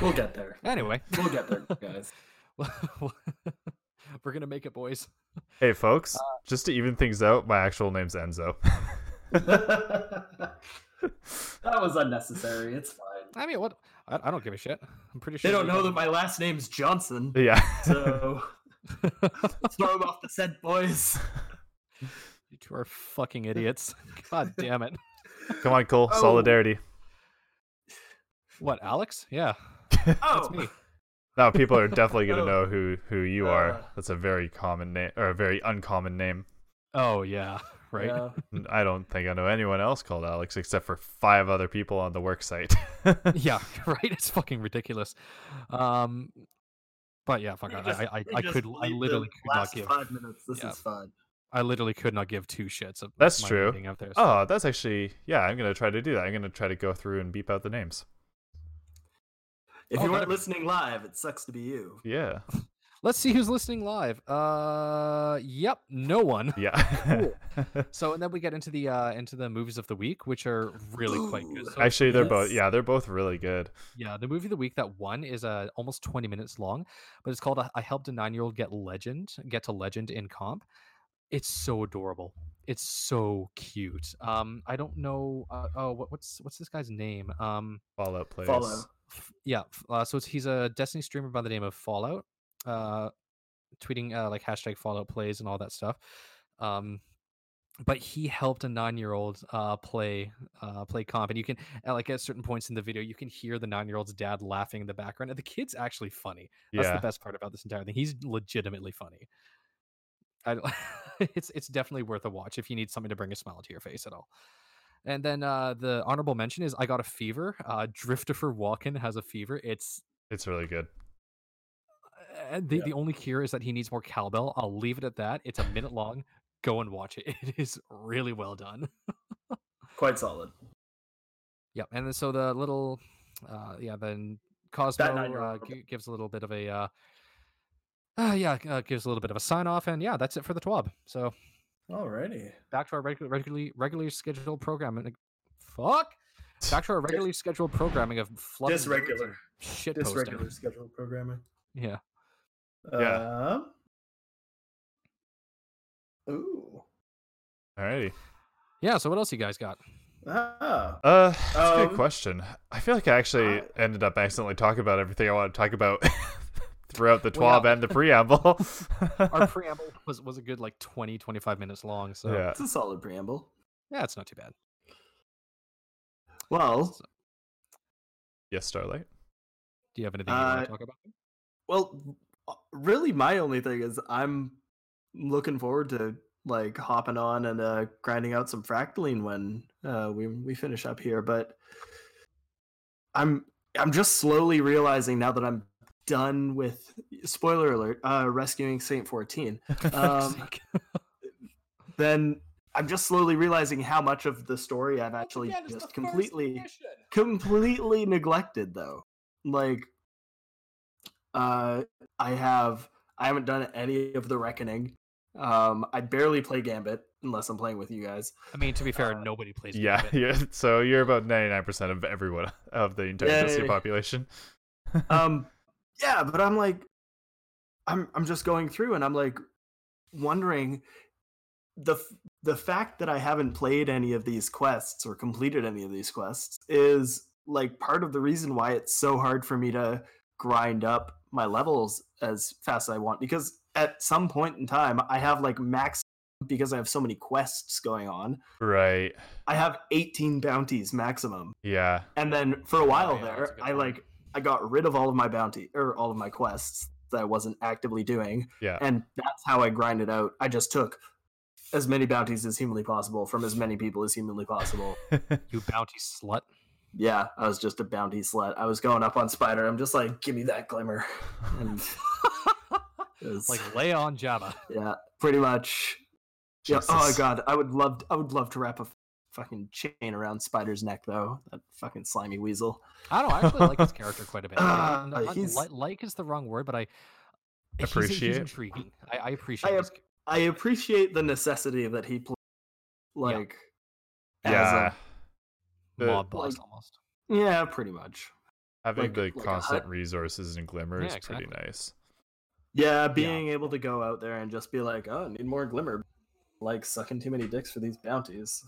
C: We'll get there.
B: Anyway,
C: We'll get there, guys.
B: We're gonna make it, boys.
A: Hey, folks,
B: uh,
A: just to even things out, my actual name's Enzo.
C: that was unnecessary. It's fine.
B: I mean, what? I, I don't give a shit. I'm pretty sure
C: They don't
B: we
C: know that
B: can-
C: my last name's Johnson,
A: yeah.
C: so throw him off the set, boys.
B: You two are fucking idiots. God damn it.
A: Come on, Cole.
C: Oh.
A: Solidarity.
B: What, Alex? Yeah.
C: oh,
B: me.
A: Now people are definitely gonna
C: Oh.
A: know who who you are.
C: Uh.
A: That's a very common name or a very uncommon name.
B: Oh yeah, right. Oh
C: yeah.
A: N- I don't think I know anyone else called Alex except for five other people on the work site.
B: yeah, right. It's fucking ridiculous. Um, but yeah, fuck.
C: We
B: I,
C: just-
B: I, I,
C: we
B: I
C: just
B: could, I
C: leave the
B: literally could not
C: last
B: give.
C: five minutes. This
B: Yeah. Oh,
C: is fun.
B: I literally could not give two shits. Of
A: That's
B: my
A: true.
B: rating Out there, so-
A: oh, that's actually yeah. I'm gonna try to do that. I'm gonna try to go through and beep out the names.
C: If
B: Oh,
C: you weren't
B: that'd be-
C: listening live, it sucks to be you.
A: Yeah,
B: Let's see who's listening live. Uh, yep, no one.
A: yeah.
B: So and then we get into the uh into the movies of the week, which are really quite good.
C: Ooh.
B: So,
A: actually, they're both
C: Yes.
A: yeah, they're both really good.
B: yeah, the movie of the week that one is uh almost twenty minutes long, but it's called uh, "I Helped a Nine Year Old Get Legend Get to Legend in Comp." It's so adorable. It's so cute. Um, I don't know. Uh, oh, what, what's what's this guy's name? Um,
A: Fallout plays.
C: Follow.
B: f- yeah f- uh, so it's, he's a destiny streamer by the name of fallout uh tweeting uh, like hashtag fallout plays and all that stuff um but he helped a nine-year-old uh, play uh, play comp, and you can at, like at certain points in the video, you can hear the nine-year-old's dad laughing in the background. And the kid's actually funny. That's
A: Yeah,
B: the best part about this entire thing. He's legitimately funny. I, don't- it's it's definitely worth a watch if you need something to bring a smile to your face at all. And then uh, the honorable mention is I got a fever. Uh, Driftifer Walken has a fever. It's
A: it's really good.
B: uh, the
C: Yeah.
B: the only cure is that he needs more cowbell. I'll leave it at that. It's a minute long. Go and watch it. It is really well done.
C: Quite solid.
B: Yep. And then so the little, uh, yeah, then Cosmo uh,
C: nine-year-old.
B: gi- gives a little bit of a, uh, uh, yeah, uh, gives a little bit of a sign off, and yeah, that's it for the TWAB. So
C: Alrighty.
B: back to our regular, regularly, regularly scheduled programming. like, Fuck. Back to our regularly scheduled programming of flood
C: Just regular.
B: shit
C: Just
B: posting.
C: regular scheduled programming.
B: Yeah.
A: Yeah.
C: Um, ooh.
A: Alrighty.
B: Yeah. So what else you guys got?
C: Ah.
A: Uh, that's a good
C: Um,
A: question. I feel like I actually
C: I-
A: ended up accidentally talking about everything I want to talk about throughout the
B: Well,
A: TWAB
B: yeah.
A: and the preamble.
B: Our preamble was was a good like 20, 25 minutes long. So yeah,
A: yeah.
C: It's a solid preamble.
B: it's not too bad.
C: Well,
B: So,
A: Yes, Starlight.
B: do you have anything you want
C: Uh,
B: to talk about?
C: well, uh, really, my only thing is I'm looking forward to like hopping on and uh, grinding out some fractaline when uh, we we finish up here. But I'm I'm just slowly realizing now that I'm done with spoiler alert uh, rescuing Saint 14. Um, then I'm just slowly realizing how much of the story I've actually just completely completely neglected though. Like uh I have I haven't done any of the reckoning. Um I barely play Gambit unless I'm playing with you guys.
B: I mean, to be fair,
C: uh,
B: nobody plays.
A: Yeah,
B: Gambit.
A: yeah. So you're about 99% of everyone of the entire
C: Yay.
A: Destiny population.
C: Um yeah, but I'm like I'm I'm just going through and I'm like wondering the f- the fact that I haven't played any of these quests or completed any of these quests is like part of the reason why it's so hard for me to grind up my levels as fast as I want because at some point in time I have like max because I have so many quests going on.
A: Right.
C: I have 18 bounties maximum.
A: Yeah.
C: And then for a
B: Oh, yeah,
C: while
B: that's a
C: there,
B: good
C: I
B: point.
C: like I got rid of all of my bounty or all of my quests that I wasn't actively doing
A: Yeah.
C: and that's how I grinded out. I just took as many bounties as humanly possible from as many people as humanly possible.
B: You bounty slut.
C: yeah, I was just a bounty slut. I was going up on Spider. I'm just like, give me that glimmer. And it was-
B: like lay on Java.
C: yeah, pretty much. Yeah. Oh
A: Jesus.
C: god, I would love. I would love to wrap a fucking chain around Spider's neck though. That fucking slimy weasel.
B: I don't know, I actually like his character quite a bit.
C: Ah,
B: Not- not-
C: he's-
B: like, like is the wrong word, but I he's- he's
A: Appreciate.
B: intriguing. I, I appreciate.
C: I
B: his-
C: I appreciate the necessity that he played. Like. as a-
A: Yeah. The-
B: mob boss
C: like-
B: almost.
C: yeah, pretty much.
A: Having
C: like-
A: the
C: like a
A: constant
C: hut.
A: resources and glimmer
B: Yeah,
A: is
B: exactly.
A: pretty nice.
C: Yeah, being able to go out there and just be like, oh, I need more glimmer. Like sucking too many dicks for these bounties.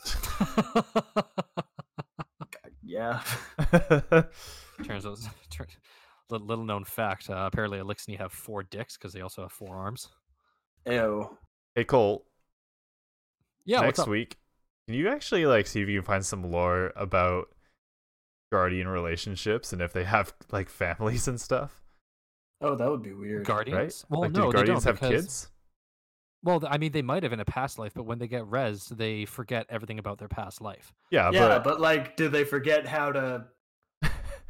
C: Yeah.
B: Turns out, turn, little, little known fact. Uh, apparently, Elixni have four dicks because they also have four arms.
C: Ew.
A: hey, Cole,
B: Yeah, what's
A: next
B: up?
A: week, can you actually like see if you can find some lore about guardian relationships and if they have like families and stuff,
C: Oh, that would be weird.
B: Guardians?
A: right?
B: Well,
A: like,
B: no,
A: do
B: they
A: guardians
B: don't
A: have
B: because-
A: kids?
B: Well, th- I mean, they might have in a past life, but when they get res, they forget everything about their past life.
A: Yeah,
C: yeah,
A: but,
C: but like, did they forget how to?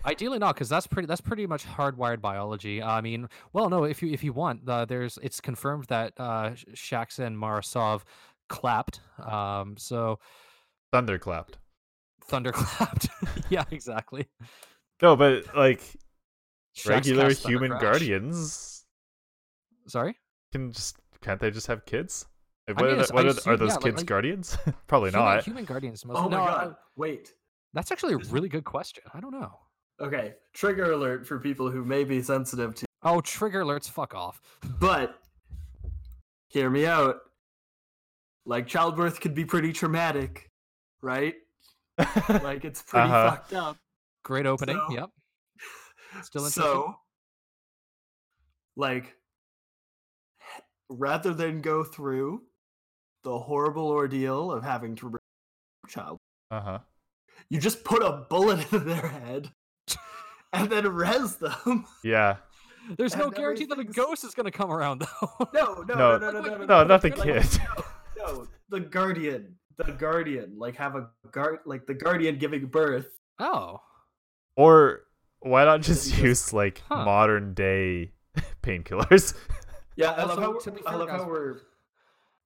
B: Ideally, not because that's pretty. That's pretty much hardwired biology. I mean, well, no, if you if you want, uh, there's it's confirmed that uh, Sh- Shax and Marasov clapped. Um, so
A: thunderclapped.
B: thunder clapped. yeah, exactly.
A: No, but like
B: Shax
A: regular
B: cast Thunder
A: human
B: Crash.
A: guardians
B: Sorry.
A: can just can't they just have kids? Like,
B: I
A: what
B: mean,
A: are,
B: it's-
A: the, what
B: I
A: are, the- are
B: assume-
A: those
B: yeah, like-
A: kids
B: like-
A: guardians? Probably
B: Human-
A: not.
B: Human guardians. Most,
C: Oh my
B: no, I-
C: god! Wait.
B: that's actually a
C: This-
B: really good question. I don't know.
C: Okay. Trigger alert for people who may be sensitive to.
B: Oh, trigger alerts. Fuck off.
C: But hear me out. Like childbirth could be pretty traumatic, right? Like it's pretty
A: Uh-huh.
C: fucked up.
B: Great opening.
C: So-
B: yep. Still interested.
C: so like rather than go through the horrible ordeal of having to raise a child
A: uh huh.
C: you just put a bullet in their head and then res them
A: Yeah.
B: There's no
C: and
B: guarantee that a
C: everything's-
B: ghost is gonna come around though.
C: no no
A: No,
C: no no no no, no,
A: No, not the
B: Like,
A: kid.
C: no, no, the guardian the guardian like have a guard like the guardian giving birth
B: oh.
A: Or why not just
C: Just-
A: use like
B: Huh.
A: modern day painkillers?
C: yeah i love
B: Also,
C: how we're,
B: to be
C: i
B: fair,
C: love
B: guys,
C: how we're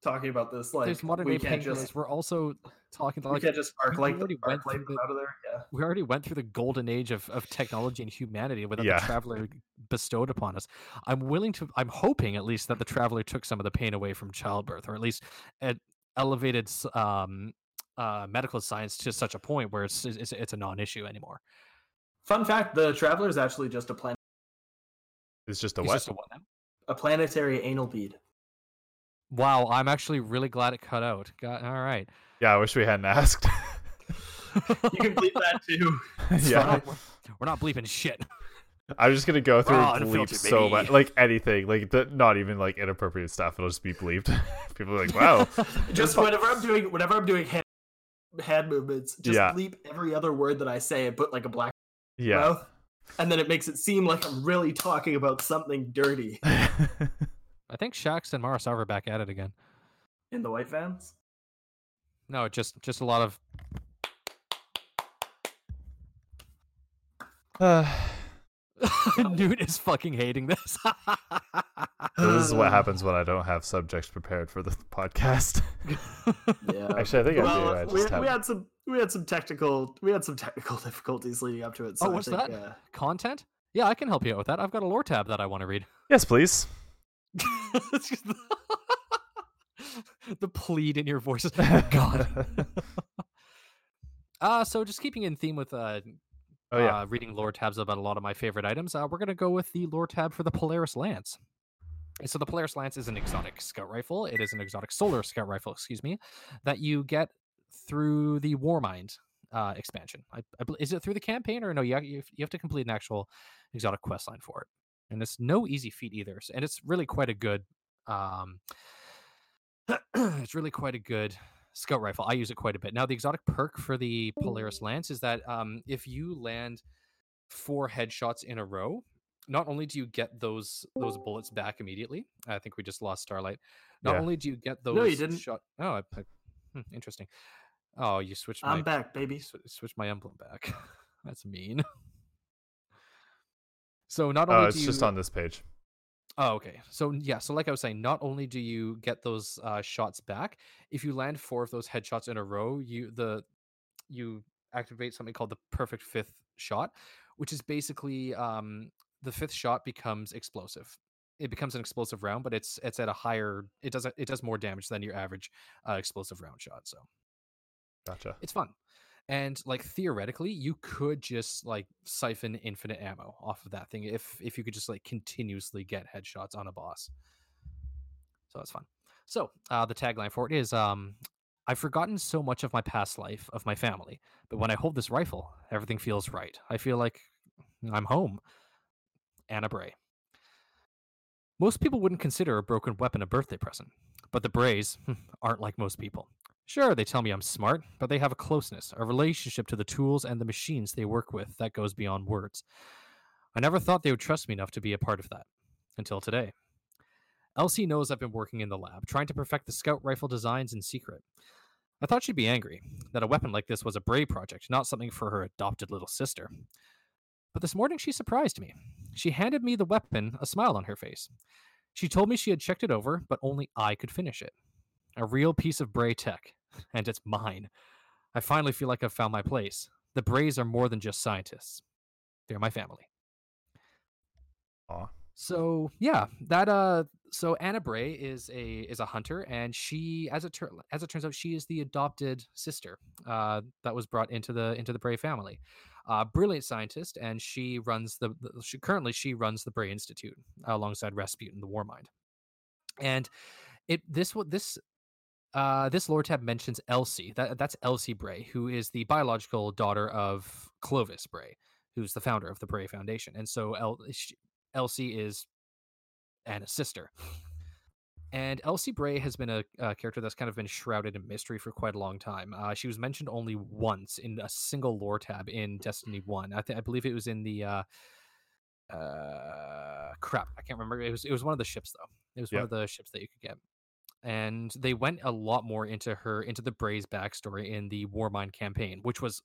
C: talking about this like
B: There's modern
C: we
B: day
C: can't
B: painkillers.
C: just
B: We're also talking
C: we
B: like
C: can't just arc
B: we
C: like
B: already
C: the
B: went
C: arc light
B: through
C: them
B: the-
C: out of there yeah
B: we already went through the golden age of, of technology and humanity without
A: Yeah.
B: the traveler bestowed upon us. I'm willing to I'm hoping at least that the traveler took some of the pain away from childbirth or at least at elevated s- um uh, medical science to such a point where it's it's, it's a non-issue anymore.
C: Fun fact: the Traveler is actually just a plan-
A: It's just a
B: It's
A: what?
B: just a what now?
C: a planetary anal bead.
B: Wow, I'm actually really glad it cut out. Got, all right.
A: Yeah, I wish we hadn't asked.
C: You can bleep that too.
A: yeah,
B: We're, we're not bleeping shit.
A: I'm just gonna go through
B: Raw
A: and
B: and
A: bleep
B: filtered,
A: so much,
B: baby.
A: like anything, like the, not even like inappropriate stuff. It'll just be bleeped. People are like, "Wow,
C: Just whenever I'm doing whenever I'm doing hand, hand movements, just
A: Yeah.
C: bleep every other word that I say and put like a black
A: yeah."
C: mouth, and then it makes it seem like I'm really talking about something dirty
B: I think Shax and Marasov are back at it again.
C: in the white fans.
B: No, just just a lot of
A: Uh,
B: Newt is fucking hating this.
A: so this is what happens when I don't have subjects prepared for the podcast.
C: Yeah.
A: Actually, I think
C: well,
A: I do. I
C: we,
A: just
C: we
A: have
C: had some we had some technical we had some technical difficulties leading up to it. So
B: Oh,
C: I
B: what's
C: think,
B: that?
C: uh,
B: Content? Yeah, I can help you out with that. I've got a lore tab that I want to read.
A: yes, please.
B: It's just the, the plead in your voice. is, Oh, God. uh, so just keeping in theme with uh,
A: Oh yeah,
B: uh, reading lore tabs about a lot of my favorite items, uh, we're going to go with the lore tab for the Polaris Lance. And So the Polaris Lance is an exotic scout rifle. It is an exotic solar scout rifle, excuse me, that you get through the Warmind uh, expansion. I, I, bel- is it through the campaign or no? You, ha- you have- you have to complete an actual exotic quest line for it, and it's no easy feat either. s- And it's really quite a good. Um, it's really quite a good scout rifle. I use it quite a bit. Now, the exotic perk for the
C: Mm.
B: Polaris Lance is that um, if you land four headshots in a row, not only do you get those those bullets back immediately, I think we just lost Starlight. Not
A: Yeah.
B: only do you get those,
C: No, you didn't.
B: Shot. Oh, I, I, hmm, interesting. Oh, you switched my
C: I'm back, baby.
B: sw- switched my emblem back. That's mean. So
C: Oh,
B: not only
A: uh, it's
B: do
A: just
B: you-
A: on this page.
B: Oh, okay. So yeah, so like I was saying, not only do you get those uh, shots back, if you land four of those headshots in a row, you the you activate something called the perfect fifth shot, which is basically um, the fifth shot becomes explosive. It becomes an explosive round, but it's it's at a higher. It does it does more damage than your average uh, explosive round shot. So
C: Uh,
A: Gotcha.
B: it's fun. And like theoretically, you could just like siphon infinite ammo off of that thing if if you could just like continuously get headshots on a boss. So that's fun. So uh, the tagline for it is um, I've forgotten so much of my past life, of my family, but when I hold this rifle, everything feels right. I feel like I'm home. Anna Bray. Most people wouldn't consider a broken weapon a birthday present, but the Brays aren't hmm, like most people. Sure, they tell me I'm smart, but they have a closeness, a relationship to the tools and the machines they work with that goes beyond words. I never thought they would trust me enough to be a part of that until today. Elsie knows I've been working in the lab, trying to perfect the scout rifle designs in secret. I thought she'd be angry that a weapon like this was a Bray project, not something for her adopted little sister. But this morning she surprised me. She handed me the weapon, a smile on her face. She told me she had checked it over, but only I could finish it. A real piece of Bray tech, and it's mine. I finally feel like I've found my place. The Brays are more than just scientists, they're my family.
A: Aw.
B: So yeah, that uh, so Anna Bray is a is a hunter, and she, as it tur- as it turns out, she is the adopted sister uh, that was brought into the into the Bray family. Uh, brilliant scientist, and she runs the, the she, currently she runs the Bray Institute alongside Rasputin, the Warmind. And it this wa- this uh, this lore tab mentions Elsie. That that's Elsie Bray, who is the biological daughter of Clovis Bray, who's the founder of the Bray Foundation. And so El- sh Elsie is Anna's sister. And Elsie Bray has been a, a character that's kind of been shrouded in mystery for quite a long time. Uh, she was mentioned only once in a single lore tab in Destiny One. I think I believe it was in the uh, uh, crap. I can't remember. It was it was one of the ships though. It was one
A: Yep.
B: of the ships that you could get. And they went a lot more into her into the Bray's backstory in the Warmind campaign, which was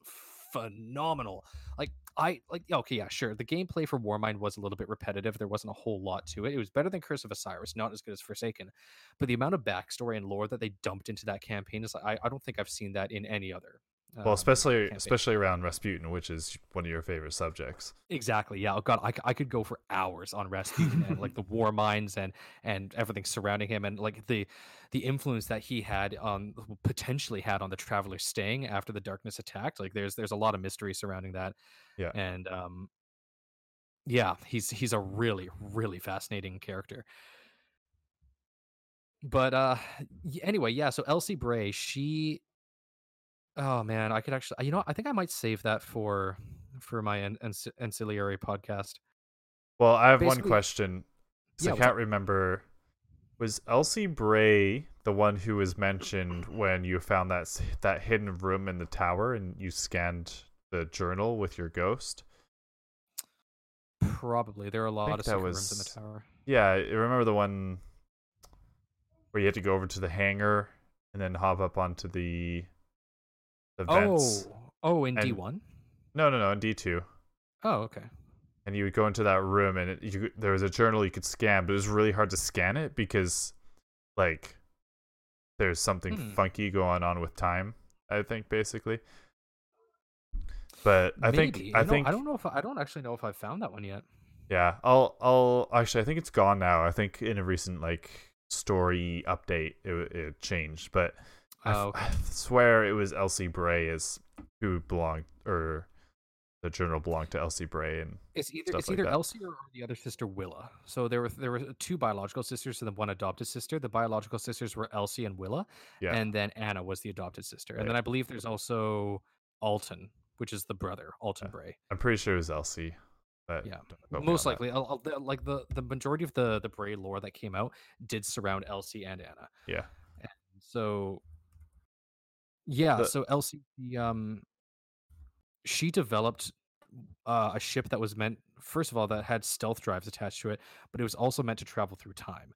B: phenomenal. Like I like yeah, okay, yeah, sure. The gameplay for Warmind was a little bit repetitive. There wasn't a whole lot to it. It was better than Curse of Osiris, not as good as Forsaken. But the amount of backstory and lore that they dumped into that campaign is like I, I don't think I've seen that in any other.
A: Well,
B: um,
A: especially
B: campaign.
A: especially around Rasputin, which is one of your favorite subjects.
B: Exactly. Yeah. Oh God, I, c- I could go for hours on Rasputin and like the war mines and and everything surrounding him and like the the influence that he had on potentially had on the travelers staying after the darkness attacked. Like there's there's a lot of mystery surrounding that.
A: Yeah.
B: And um, yeah, he's he's a really really fascinating character. But uh, y- anyway, yeah. So Elsie Bray, she Oh man, I could actually. You know, what, I think I might save that for for my an, ans- ancillary podcast.
A: Well, I have one
B: Basically-
A: question. So
B: Yeah,
A: I
B: what's
A: can't remember. Was Elsie Bray the one who was mentioned when you found that s- that hidden room in the tower and you scanned the journal with your ghost?
B: Probably there are a lot
A: think
B: of
A: that
B: secret rooms in the
A: was-
B: tower.
A: Yeah, I remember the one where you had to go over to the hangar and then hop up onto the the vents.
B: Oh, oh, in
A: and-
B: D one.
A: No, no, no, in D two.
B: Oh, okay.
A: and you would go into that room and it, you, there was a journal you could scan but it was really hard to scan it because like there's something
B: Hmm.
A: funky going on with time i think basically but i
B: Maybe. You
A: think i
B: know,
A: think
B: I don't know if I, I don't actually know if I found that one yet.
A: yeah i'll i'll actually i think it's gone now i think in a recent like story update it, it changed but I, f-
B: Oh, okay.
A: I swear it was elsie bray is who belonged or the journal belonged to elsie bray and
B: It's either
A: stuff
B: it's
A: like
B: either
A: that.
B: Elsie or the other sister Willa. So there were there were two biological sisters and then one adopted sister. The biological sisters were Elsie and Willa,
A: Yeah.
B: and then Anna was the adopted sister. And
A: Yeah.
B: then I believe there's also Alton, which is the brother, Alton
A: Yeah.
B: Bray.
A: i'm pretty sure it was elsie but
B: Yeah.
A: don't quote me
B: most
A: on that.
B: likely I'll, I'll- the- like the the majority of the the bray lore that came out did surround elsie and anna
A: Yeah.
B: so yeah
A: The-
B: so elsie the, um she developed uh, a ship that was meant first of all that had stealth drives attached to it but it was also meant to travel through time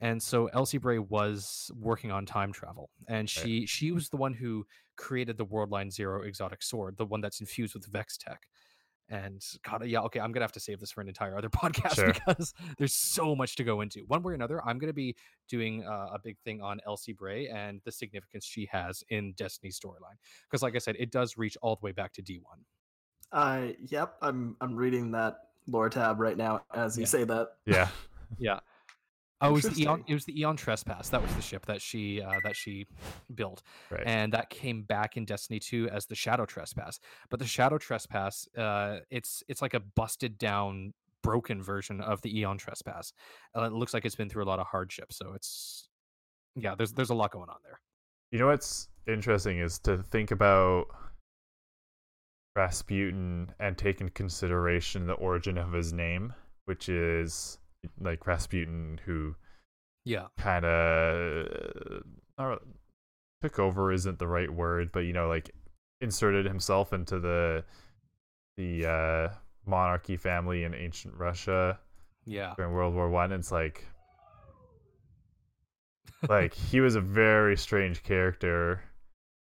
B: and so elsie bray was working on time travel and she she was the one who created the worldline zero exotic sword the one that's infused with vex tech and God, yeah, okay, I'm gonna have to save this for an entire other podcast
A: Sure.
B: because there's so much to go into. One way or another, I'm gonna be doing uh, a big thing on Elsie Bray and the significance she has in Destiny's storyline because, like I said, it does reach all the way back to D1.
C: Uh, yep, I'm I'm reading that lore tab right now as you
B: Yeah.
C: say that.
A: Yeah.
B: Yeah. Oh, it was the Eon.
C: Interesting.
B: It was the Eon Trespass. That was the ship that she uh, that she built,
A: Right.
B: and that came back in Destiny 2 as the Shadow Trespass. But the Shadow Trespass, uh, it's it's like a busted down, broken version of the Eon Trespass. Uh, it looks like it's been through a lot of hardship, so it's yeah. There's there's a lot going on there.
A: you know what's interesting is to think about Rasputin and take into consideration the origin of his name, which is like Rasputin who
B: Yeah,
A: kind of uh, took over isn't the right word, but you know, like inserted himself into the the uh, monarchy family in ancient Russia
B: Yeah.
A: during World War One. It's like like he was a very strange character.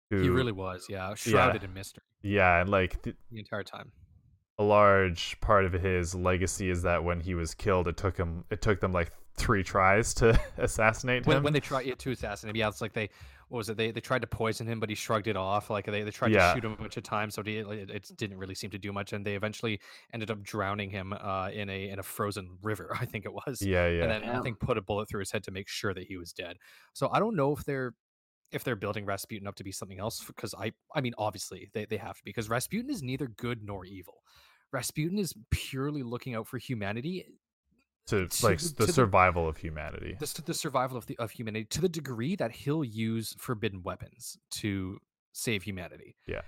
A: Who,
B: He really was, yeah. Shrouded in mystery
A: yeah, and like th-
B: the entire time.
A: a large part of his legacy is that when he was killed, it took him it took them like three tries to assassinate him.
B: When, when they tried yeah, to assassinate him, yeah, it's like they what was it? They they tried to poison him, but he shrugged it off. Like they, they tried
A: Yeah.
B: to shoot him a bunch of times, so he, it, it didn't really seem to do much. And they eventually ended up drowning him uh, in a in a frozen river, I think it was.
A: yeah, yeah.
B: and then I
C: Damn.
B: think put a bullet through his head to make sure that he was dead. So I don't know if they're if they're building Rasputin up to be something else because I I mean obviously they they have to because Rasputin is neither good nor evil. Rasputin is purely looking out for humanity,
A: to
B: to
A: like
B: the-
A: s-
B: to
A: the
B: the-
A: survival of humanity.
B: this, the survival of the of humanity to the degree that he'll use forbidden weapons to save humanity.
A: Yeah.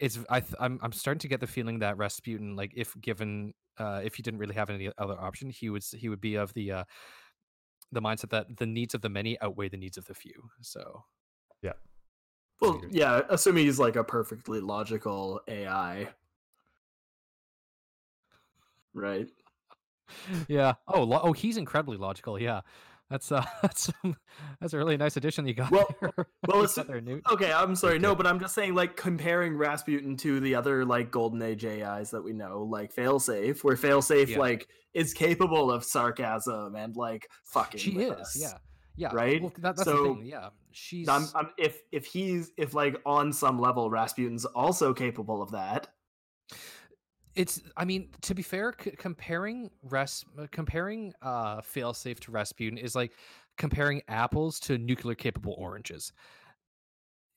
B: it's I th- I'm I'm starting to get the feeling that Rasputin, like if given uh, if he didn't really have any other option, he would s- he would be of the uh, the mindset that the needs of the many outweigh the needs of the few. So
C: Well, yeah, assuming he's like a perfectly logical AI. Right.
B: yeah. Oh, lo- oh, he's incredibly logical. Yeah, that's uh, that's that's a really nice addition that you got.
C: Well-
B: there.
C: well,
B: You
C: it's-
B: got there, Newt.
C: Okay, I'm sorry. No,
A: Okay.
C: but I'm just saying, like, comparing Rasputin to the other, like, Golden Age AIs that we know, like Failsafe, where Failsafe,
B: Yeah.
C: like, is capable of sarcasm and, like, fucking.
B: she
C: with
B: is.
C: us.
B: Yeah, yeah.
C: right?
B: Well, that, that's the
C: So,
B: thing. Yeah, she's.
C: I'm, I'm, if if he's if like on some level Rasputin's also capable of that.
B: it's i mean to be fair c- comparing res uh, comparing uh failsafe to rasputin is like comparing apples to nuclear capable oranges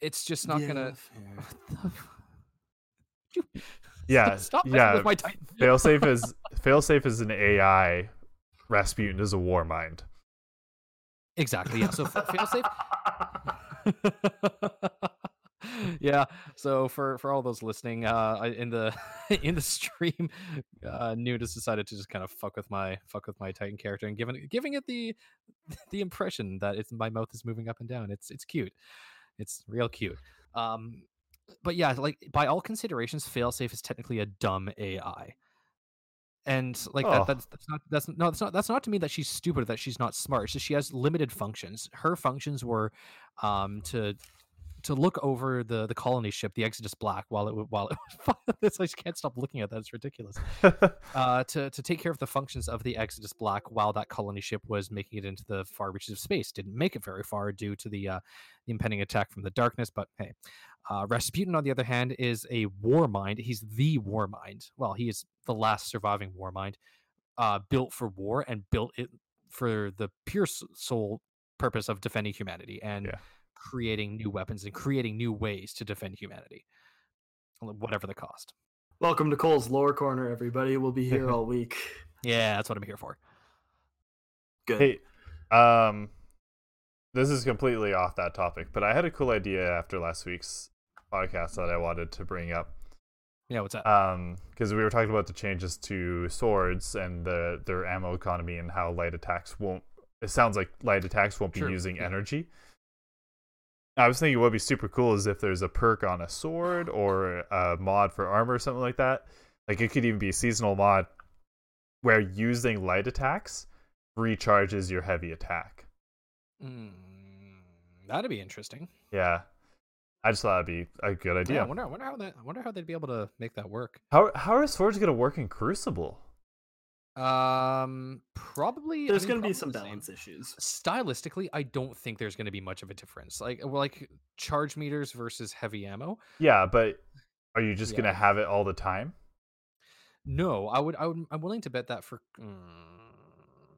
B: it's just not gonna What the f- You-
A: Yeah,
B: stop messing
A: yeah.
B: with my titan
A: Failsafe is failsafe is an AI. Rasputin is a war mind.
B: exactly yeah so fa- failsafe yeah so for for all those listening uh I- in the in the stream uh newt has decided to just kind of fuck with my fuck with my titan character and giving giving it the the impression that it's my mouth is moving up and down it's it's cute it's real cute um but yeah like by all considerations failsafe is technically a dumb ai and like
A: Oh.
B: that, that's, that's not that's no that's not that's not to mean that she's stupid or that she's not smart it's just she has limited functions her functions were um to to look over the the colony ship, the Exodus Black, while it w- while it was this, I just can't stop looking at that. It's ridiculous. Uh, to to take care of the functions of the Exodus Black while that colony ship was making it into the far reaches of space. Didn't make it very far due to the uh, impending attack from the darkness. But hey, uh, Rasputin, on the other hand, is a war mind. He's the war mind. Well, he is the last surviving war mind, uh, built for war and built it for the pure s- sole purpose of defending humanity and
A: Yeah.
B: creating new weapons and creating new ways to defend humanity, wh- whatever the cost.
C: Welcome to Cole's Lore Corner, everybody. We'll be here all week.
B: Yeah, that's what I'm here for.
C: Good.
A: Hey, um, this is completely off that topic, but I had a cool idea after last week's podcast that I wanted to bring up.
B: Yeah, what's that?
A: Um, because we were talking about the changes to swords and the their ammo economy and how light attacks won't. It sounds like light attacks won't be
B: Sure,
A: using
B: yeah.
A: energy. I was thinking what would be super cool is if there's a perk on a sword or a mod for armor or something like that. Like it could even be a seasonal mod where using light attacks recharges your heavy attack.
B: Mm, that'd be interesting.
A: Yeah, I just thought that'd be a good
B: Yeah, I
A: idea.
B: wonder, I wonder how that, I wonder how they'd be able to make that work.
A: How how are swords gonna work in Crucible?
B: Um, probably I
C: There's
B: mean,
C: going to
B: probably
C: be some
B: the same.
C: balance issues.
B: Stylistically, I don't think there's going to be much of a difference. Like, well, like charge meters versus heavy ammo.
A: Yeah, but are you just
B: Yeah.
A: gonna have it all the time?
B: No, I would, I would, I'm willing to bet that for.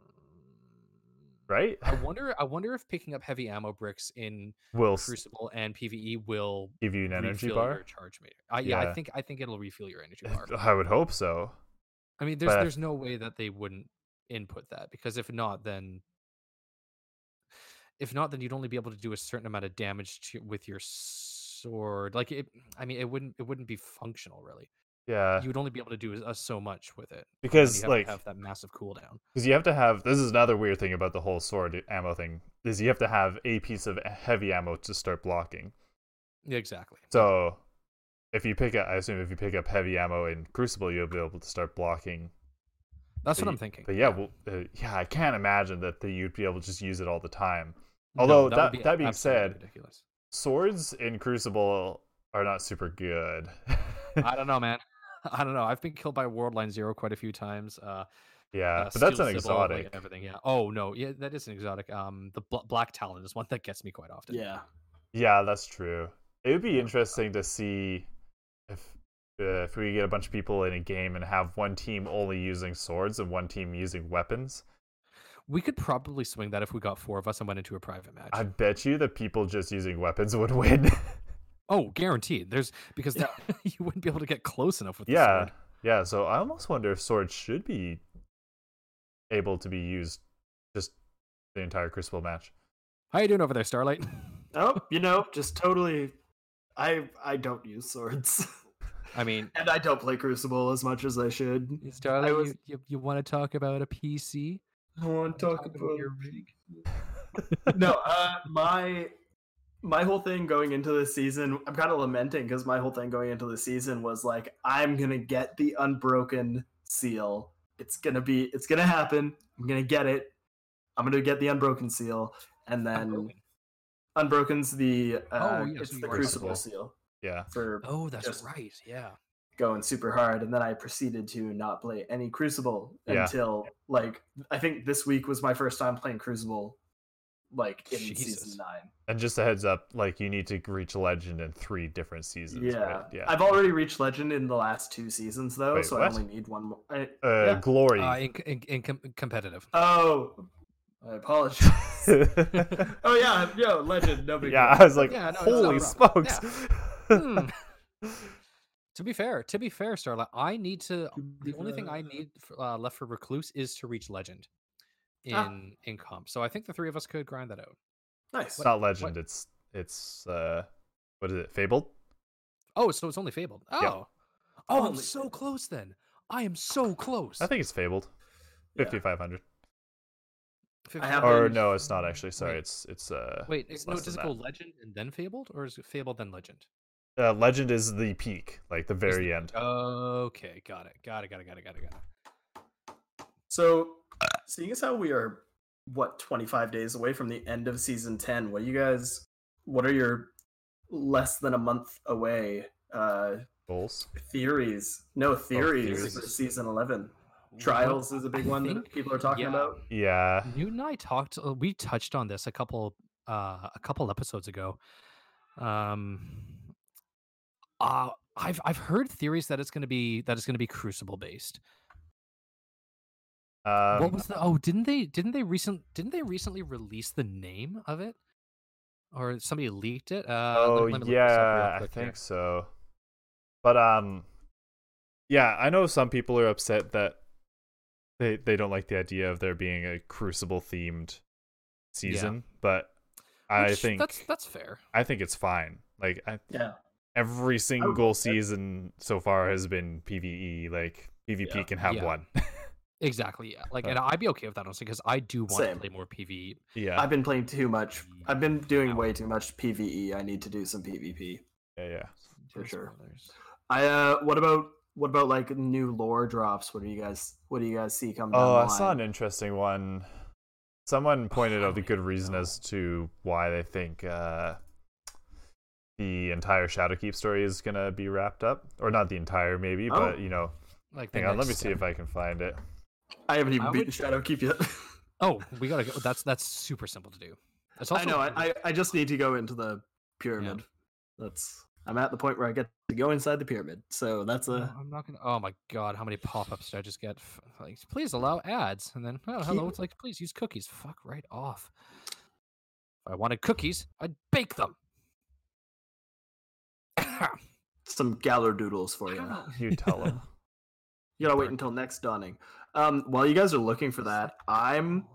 B: Mm,
A: right?
B: I wonder. I wonder if picking up heavy ammo bricks in
A: Will s-
B: Crucible and PVE will
A: give you an energy
B: refill your
A: bar.
B: charge meter. I, yeah. I
A: Yeah.
B: think I think it'll refill your energy bar.
A: I would hope so.
B: I mean, there's
A: but-
B: there's no way that they wouldn't input that because if not, then if not, then you'd only be able to do a certain amount of damage to with your sword. Like it, I mean, it wouldn't it wouldn't be functional really.
A: yeah
B: you'd only be able to do uh, so much with it and
A: because
B: you have
A: like
B: to have that massive cooldown.
A: Because you have to have this is another weird thing about the whole sword ammo thing is you have to have a piece of heavy ammo to start blocking.
B: Yeah, exactly.
A: So if you pick up, I assume if you pick up heavy ammo in Crucible, you'll be able to start blocking.
B: That's
A: but
B: what
A: you-
B: I'm thinking.
A: But yeah, well, uh, yeah, I can't imagine that the, you'd be able to just use it all the time.
B: No,
A: although
B: would
A: that-
B: be
A: that being
B: absolutely
A: said-
B: ridiculous.
A: Swords in Crucible are not super good.
B: I don't know, man. I don't know. I've been killed by Worldline Zero quite a few times. Uh,
A: yeah,
B: uh,
A: but that's
B: Steel
A: an
B: Sibyl, like,
A: exotic.
B: everything, yeah. Oh no, yeah, that is an exotic. Um, the bl- Black Talon is one that gets me quite often.
C: Yeah.
A: Yeah, that's true. It would be interesting to see if uh, if we get a bunch of people in a game and have one team only using swords and one team using weapons.
B: We could probably swing that if we got four of us and went into a private match.
A: I bet you the people just using weapons would win.
B: Oh, guaranteed. There's because that, you wouldn't be able to get close enough with. the
A: yeah,
B: sword.
A: yeah. So I almost wonder if swords should be able to be used just the entire Crucible match.
B: How you doing over there, Starlight?
C: Oh, you know, just totally. I I don't use swords,
B: I mean,
C: and I don't play Crucible as much as I should.
B: Starlight,
C: was-
B: you, you, you want to talk about a PC?
C: I want to talk
B: Talk about
C: about
B: your
C: no, uh, my my whole thing going into this season, I'm kind of lamenting because my whole thing going into the season was like, I'm gonna get the unbroken seal. It's gonna be, it's gonna happen. I'm gonna get it. I'm gonna get the unbroken seal, and then
B: Unbroken.
C: unbroken's the uh,
A: Oh,
B: yeah,
C: it's
B: so
C: the
B: you are
C: crucible
A: supposed-
C: seal
A: Yeah,
C: for
B: Oh, that's
C: Just-
B: right. Yeah.
C: going super hard and then i proceeded to not play any crucible
A: Yeah.
C: until like i think this week was my first time playing crucible like in
B: Jesus.
C: season nine
A: and just a heads up, like you need to reach legend in three different seasons.
C: yeah
A: right? yeah.
C: i've already reached legend in the last two seasons though
A: Wait,
C: so
A: what?
C: i only need one more I,
A: uh,
C: yeah.
A: Glory.
B: Uh, in, in, in com- competitive.
C: oh i apologize oh yeah yo legend no big
A: yeah, I
C: deal.
A: was like,
B: Yeah, no, it's
A: holy
B: not a problem.
A: smokes.
B: Hmm. to be fair, to be fair, Starlight, I need to.
C: be
B: The only thing I
C: fair.
B: need for, uh, left for Recluse is to reach Legend in
C: Ah.
B: in comp. So I think the three of us could grind that out.
C: nice
A: it's not legend. It's it's uh, what is it? Fabled.
B: Oh, so it's only Fabled. Oh,
A: Yeah.
B: oh, I'm
C: Only
B: so
C: Fabled.
B: close then. I am so close.
A: I think it's fabled.
C: Yeah.
A: Fifty five hundred.
C: I
B: 50
C: have
A: Or
C: Fabled.
A: no, it's not actually. Sorry,
B: Wait.
A: it's it's uh,
B: Wait, it's, no,
A: less
B: does it
A: than
B: go
A: that.
B: Legend and then Fabled, or is it Fabled then Legend?
A: uh legend is the peak, like the very end.
B: Okay, got it, got it, got it, got it, got it, got it.
C: so seeing as how we are what 25 days away from the end of season 10 what do you guys what are your less than a month away uh
A: Goals.
C: theories. No theories,
A: theories.
C: for season eleven.
B: What-
C: Trials is a big
B: I
C: one that
B: think-
C: people are talking
B: yeah.
C: about.
A: Yeah,
B: You and I talked. uh, We touched on this a couple, uh, a couple episodes ago. Um, uh, I've I've heard theories that it's going to be that it's going to be Crucible based.
C: Mm-hmm.
A: um,
B: what was the? Oh, didn't they? Didn't they recent? Didn't they recently release the name of it? Or somebody leaked it? Uh, let-
A: oh
B: let me look this up real
A: yeah, I
B: quick here.
A: think so. But um, yeah, I know some people are upset that they they don't like the idea of there being a crucible themed season, but I
B: Which-
A: think
B: that's that's fair.
A: I think it's fine. Like I,
C: Yeah.
A: every single
C: I-
A: season so far has been PVE. Like PvP
C: Yeah.
A: can have
B: Yeah.
A: one.
B: Exactly. Yeah. Like,
A: Uh,
B: and I'd be okay with that honestly because I do want
C: Same.
B: to play more PVE.
A: yeah,
C: I've been playing too much. I've been doing
B: Wow.
C: way too much PVE. I need to do some PvP.
A: yeah, yeah.
C: For
B: There's
C: sure.
B: others.
C: I uh what about what about like new lore drops? What do you guys what do you guys see coming?
A: Oh,
C: down
A: I
C: the
A: saw
C: line?
A: an interesting one. Someone pointed
B: how
A: out the
B: do
A: good
B: you
A: reason as to why they think uh, the entire Shadowkeep story is gonna be wrapped up, or not the entire, maybe,
C: Oh.
A: but you know.
B: Like, the
A: Hang on, let
B: next
A: me see
B: step.
A: if I can find it.
C: I haven't even
B: I
C: beaten
B: would-
C: Shadowkeep yet.
B: Oh, we gotta go. That's that's super simple to do. It's also
C: I know. I, I I just need to go into the pyramid. That's I'm at the point where I get to go inside the pyramid. So that's
B: No,
C: a
B: Uh, I'm not gonna. Oh my god, how many pop-ups did I just get? F- Like, please allow ads, and then oh, hello.
C: Keep-
B: It's like, please use cookies. Fuck right off. If I wanted cookies, I'd bake them.
C: some galler doodles for
B: I
C: you.
B: don't know.
A: You tell them.
C: You gotta wait
B: Dark.
C: until next dawning. Um, while you guys are looking for that, I'm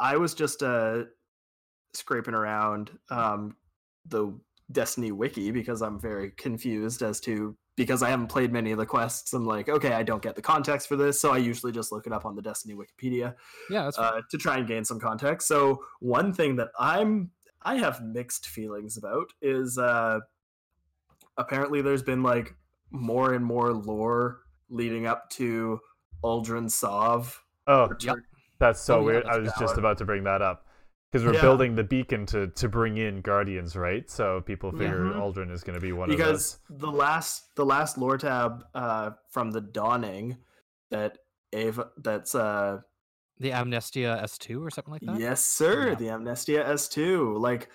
C: I was just uh scraping around um the Destiny wiki because I'm very confused as to because I haven't played many of the quests. I'm like, okay, I don't get the context for this, so I usually just look it up on the Destiny Wikipedia
B: Yeah, that's fine.
C: uh, to try and gain some context. So one thing that I'm I have mixed feelings about is uh, apparently there's been like more and more lore leading up to Aldrin Sov.
A: Oh,
B: Yep.
A: that's so
B: Oh, yeah,
A: weird.
B: that's
A: I was just
C: valid.
A: about to bring that up because we're
C: Yeah.
A: building the beacon to to bring in guardians, right? So people figure
B: Mm-hmm.
C: Mhm.
A: Aldrin is going to be one of those.
C: because the last the last lore tab uh, from the Dawning that Ava that's uh
B: The Amnestia S2 or something like that.
C: yes sir
B: Yeah.
C: the Amnestia S two like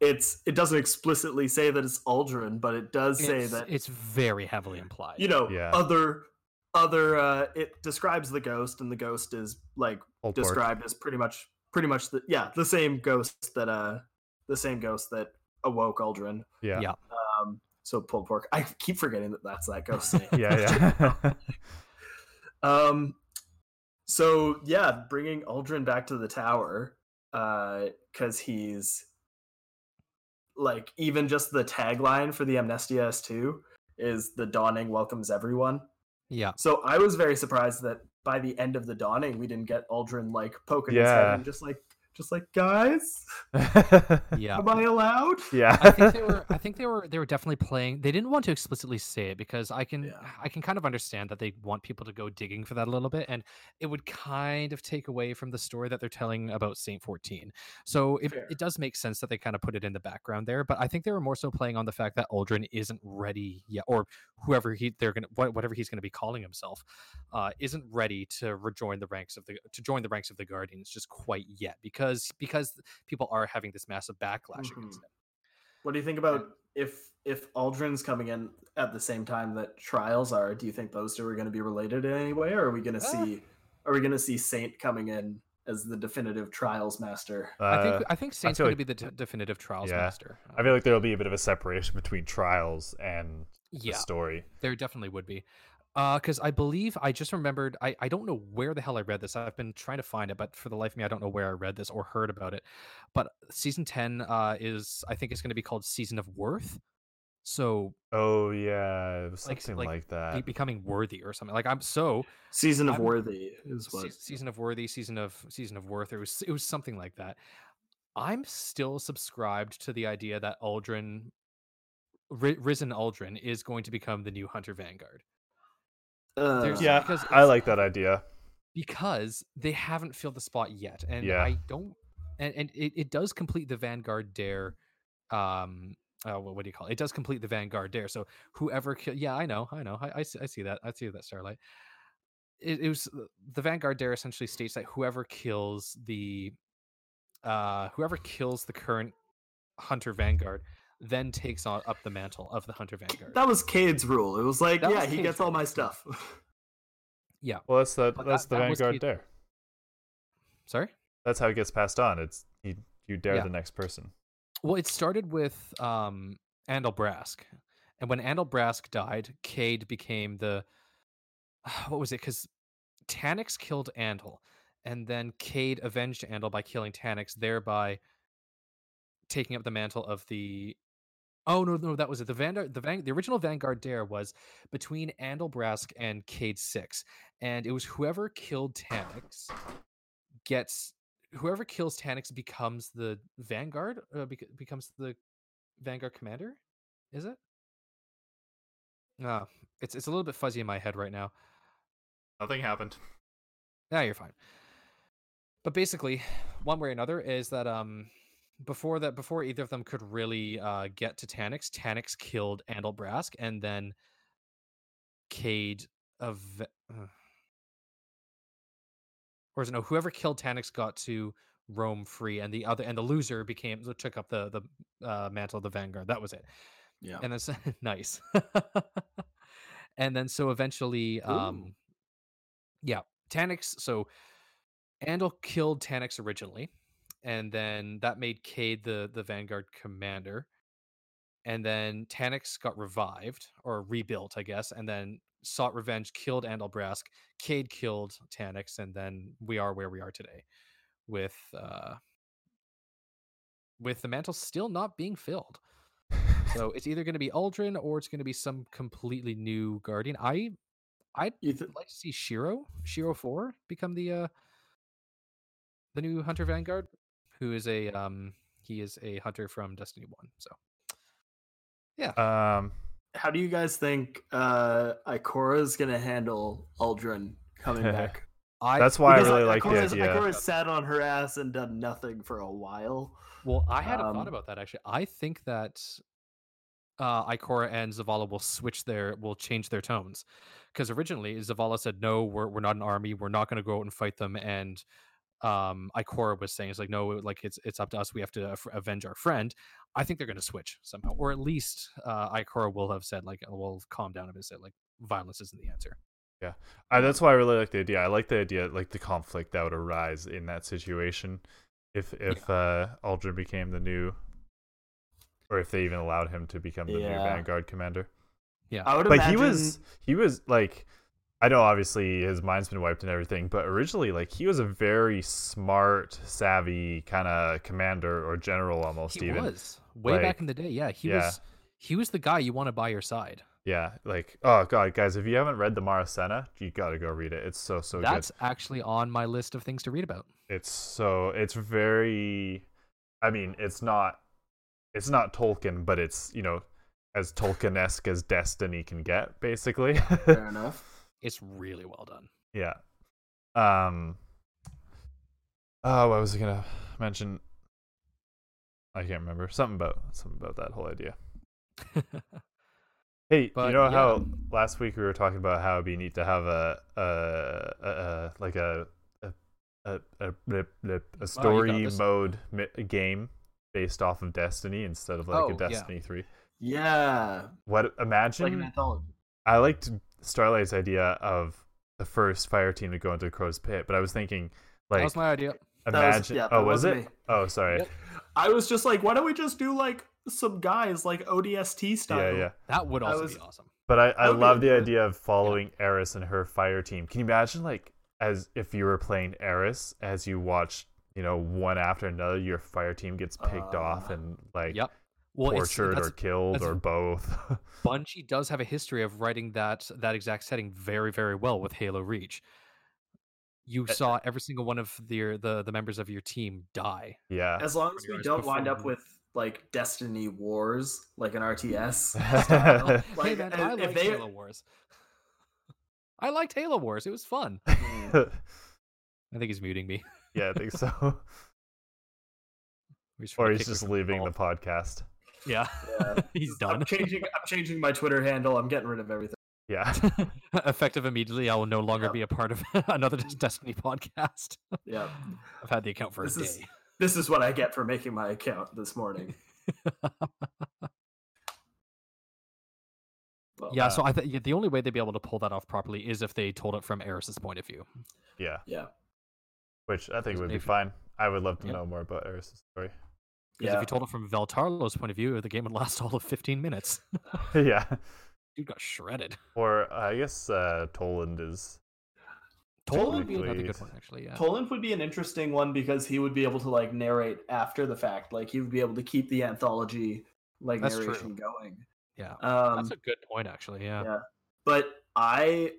C: it's it doesn't explicitly say that it's Aldrin but it does
B: it's,
C: say that
B: it's very heavily implied.
C: you know
A: Yeah.
C: other other uh it describes the ghost and the ghost is like
A: Old Borg.
C: described as pretty much pretty much the yeah the same ghost that uh the same ghost that awoke Aldrin
A: Yeah,
B: Yeah.
A: yeah,
C: um so pulled pork I keep forgetting that that's that ghost name.
A: yeah.
C: Um, so yeah, bringing Aldrin back to the tower, uh, because he's like even just the tagline for the Amnestia S2 is the dawning welcomes everyone.
B: yeah.
C: So I was very surprised that by the end of the dawning we didn't get Aldrin like poking his
A: Yeah.
C: head and just like just like guys,
B: Yeah.
C: am I allowed?
A: yeah.
B: I think they were I think they were they were definitely playing they didn't want to explicitly say it because I can
C: Yeah.
B: I can kind of understand that they want people to go digging for that a little bit and it would kind of take away from the story that they're telling about Saint 14. So it,
C: Fair.
B: it does make sense that they kind of put it in the background there, but I think they were more so playing on the fact that Aldrin isn't ready yet or whoever he they're going to whatever he's going to be calling himself uh, isn't ready to rejoin the ranks of the to join the ranks of the Guardians just quite yet because because people are having this massive backlash against
C: Mhm.
B: him.
C: What do you think about if if Aldrin's coming in at the same time that trials are? Do you think those two are going to be related in any way, or are we going to
B: Uh.
C: see are we going to see Saint coming in as the definitive trials master?
B: I
A: Uh,
B: think I think Saint's
A: feel
B: going
A: like-
B: to be the de- definitive trials
A: Yeah.
B: master.
A: I feel like there'll be a bit of a separation between trials and
B: yeah,
A: the story.
B: there definitely would be, because I believe I just remembered. I I don't know where the hell I read this. I've been trying to find it, but for the life of me, I don't know where I read this or heard about it. But season ten uh, is I think it's going to be called season of worth. So
A: Oh yeah, it was
B: Like-
A: something
B: like
A: like,
B: be-
A: that.
B: becoming worthy or something like I'm so
C: Season of
B: I'm-
C: Worthy is what.
B: se- season of worthy, season of season of worth. It was it was something like that. I'm still subscribed to the idea that Aldrin, Ri- Risen Aldrin, is going to become the new Hunter Vanguard.
C: Uh,
B: there's-
A: yeah,
B: because
A: I
B: it's-
A: like that idea.
B: because they haven't filled the spot yet and
A: Yeah.
B: i don't and, and it, it does complete the vanguard dare um uh, what, what do you call it? It does complete the vanguard dare. So whoever, kill, yeah, I know, I know, I, I, see, I see that, I see that starlight. It, it was uh, the vanguard dare essentially states that whoever kills the, uh, whoever kills the current hunter vanguard, then takes on up the mantle of the hunter vanguard.
C: that was Cade's rule. It was like,
B: That
C: yeah,
B: was
C: he
B: Cade's
C: gets all
B: rule,
C: my
B: yeah.
C: stuff.
A: Well, that's the
B: But
A: that's
B: that-
A: the
B: that was
A: vanguard
B: key-
A: there.
B: Sorry.
A: That's how it gets passed on. It's you, you dare
B: Yeah.
A: the next person.
B: Well, it started with um, Andel Brask, and when Andel Brask died, Cade became the what was it? Because Tanix killed Andel, and then Cade avenged Andel by killing Tanix, thereby taking up the mantle of the. Oh no, no, that was it. The Vandar, the Van, the original Vanguard Dare was between Andel Brask and Cade Six, and it was whoever killed Tanix gets whoever kills Tanix becomes the Vanguard, uh, bec- becomes the Vanguard commander. Is it? Uh, it's it's a little bit fuzzy in my head right now.
A: Nothing happened.
B: Now you're fine. But basically, one way or another is that um before that before either of them could really uh get to Tanix, Tanix killed Andel Brask and then Cade of or is it no whoever killed Tanix got to roam free and the other and the loser became took up the the uh, mantle of the vanguard. That was it.
C: yeah.
B: And then so- nice. and then so eventually um yeah, Tanix so Andal killed Tanix originally and then that made Cade the the vanguard commander. And then Tanix got revived or rebuilt, I guess, and then sought revenge, killed Andal Brask, Cade killed Tanix and then we are where we are today with uh with the mantle still not being filled. So it's either going to be Aldrin or it's going to be some completely new Guardian. I
C: You th-
B: would like to see Shiro, Shiro Four, become the uh the new Hunter Vanguard, who is a um he is a hunter from Destiny One. So
A: Um,
C: how do you guys think uh Ikora's gonna handle Aldrin coming back?
B: I
A: that's why I
C: Because
A: really like the
C: Ikora's,
A: idea.
C: Ikora's sat on her ass and done nothing for a while.
B: Well, I hadn't thought
C: Um,
B: about that actually. I think that uh, Ikora and Zavala will switch their will change their tones because originally Zavala said no, we're we're not an army, we're not going to go out and fight them, and um, Ikora was saying it's like no, like it's it's up to us, we have to af- avenge our friend. I think they're going to switch somehow, or at least uh, Ikora will have said like will calm down a bit, said like violence isn't the answer.
A: I, that's why I really like the idea. I like the idea, like the conflict that would arise in that situation, if if uh, Aldrin became the new, or if they even allowed him to become the new
C: Yeah.
A: Vanguard commander.
C: I would
A: Like
C: imagine
A: he was, he was like, I know obviously his mind's been wiped and everything, but originally like he was a very smart, savvy kind of commander or general almost
B: he
A: even.
B: was way back
A: like,
B: in the day, yeah, he
A: yeah.
B: was he was the guy you want to by your side.
A: Yeah, like oh god, guys, if you haven't read the Mara Senna, you gotta go read it. It's so so good.
B: That's actually on my list of things to read about.
A: it's so it's very i mean it's not it's not tolkien but it's you know as tolkien-esque as destiny can get basically
C: fair enough.
B: It's really well done.
A: yeah um oh what was i gonna mention i can't remember something about something about that whole idea hey
B: But,
A: you know
B: yeah.
A: how last week we were talking about how it'd be neat to have a a, a, a like a a a, a, blip, blip, a story
B: this.
A: mode mi- game based off of destiny instead of like
B: Oh,
A: a
B: yeah.
A: destiny 3
C: Yeah,
A: what
C: it's like an
A: imagine
B: Hmm.
C: anthology.
A: I liked Starlight's idea of the first fire team to go into Crow's Pit, but I was thinking, like,
B: that was my idea.
C: That was-
A: imagine.
C: yeah,
A: oh,
C: that
A: was it?
C: wasn't me.
A: Oh, sorry.
B: Yep.
C: I was just like, why don't we just do like some guys like ODST
A: Yeah,
C: style?
A: yeah.
B: That would
C: That
B: also
C: was-
B: be awesome.
A: But I, I
C: That would be
A: love
C: really
A: the
C: good.
A: idea of following Eris and her fire team. Can you imagine, like, as if you were playing Eris as you watched, you know, one after another, your fire team gets picked
C: Uh,
A: off and like
B: yep. Well, it's,
A: tortured
B: that's,
A: or killed
B: that's-
A: or both.
B: Bungie does have a history of writing that that exact setting very, very well with Halo Reach. You saw every single one of the the, the members of your team die.
A: yeah.
C: As long as
B: Guys
C: we don't wind up
B: perform.
C: with like Destiny Wars, like an RTS.
B: hey
C: Like,
B: man,
C: if-
B: I
C: if
B: liked
C: they-
B: Halo Wars. I liked Halo Wars. It was fun. I think he's muting me.
A: yeah, I think so.
B: We should
A: or
B: probably
A: he's
B: kick him
A: just
B: from
A: leaving
B: call.
A: the podcast.
B: Yeah,
C: Yeah.
B: he's done.
C: I'm changing. I'm changing my Twitter handle. I'm getting rid of everything.
A: Yeah.
B: Effective immediately, I will no longer
C: Yep.
B: be a part of another Des- Destiny podcast.
C: Yeah,
B: I've had the account for
C: This
B: a day.
C: is- this is what I get for making my account this morning. Well,
B: yeah,
A: uh,
B: so I think yeah, the only way they'd be able to pull that off properly is if they told it from Eris's point of view.
A: Yeah.
C: Yeah.
A: Which I think
B: Just
A: would be
B: maybe-
A: fine. I would love to
B: Yeah.
A: know more about Eris' story.
B: Because
C: Yeah.
B: if you told it from Veltarlo's point of view, the game would last all of 15 minutes.
A: yeah.
B: Dude got shredded.
A: Or I guess uh, Toland is.
B: Told would be another
A: Technically,
B: good one, actually. Yeah.
C: Toland would be an interesting one because he would be able to like narrate after the fact. Like he would be able to keep the anthology like
B: That's true.
C: narration going.
B: yeah.
C: Um,
B: That's a good point, actually. Yeah.
C: yeah. but I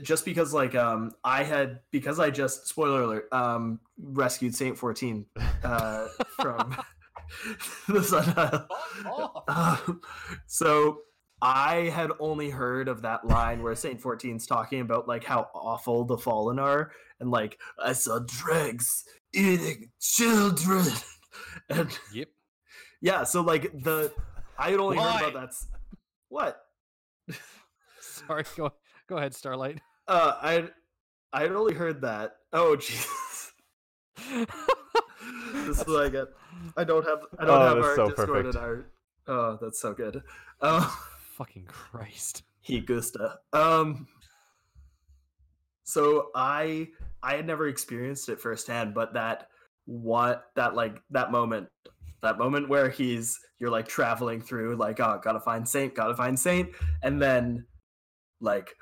C: just because like um I had because I just spoiler alert um rescued Saint 14 uh from the Sun Dial.
B: off.
C: Um, so I had only heard of that line where Saint 14's talking about like how awful the fallen are and like I saw dregs eating children and
B: Yep.
C: yeah so like the I had only heard
B: Why?
C: about that's what
B: Sorry. Go, go ahead, Starlight.
C: Uh, I I had only heard that. Oh Jesus! this is what I get. I don't have I don't
A: Oh,
C: have
A: that's
C: our
A: so
C: Discord
A: perfect.
C: and our. Oh, that's so good. Um,
B: Fucking Christ.
C: he gusta. Um, so I I had never experienced it firsthand, but that what that like that moment that moment where he's you're like traveling through like oh gotta find saint gotta find saint and then like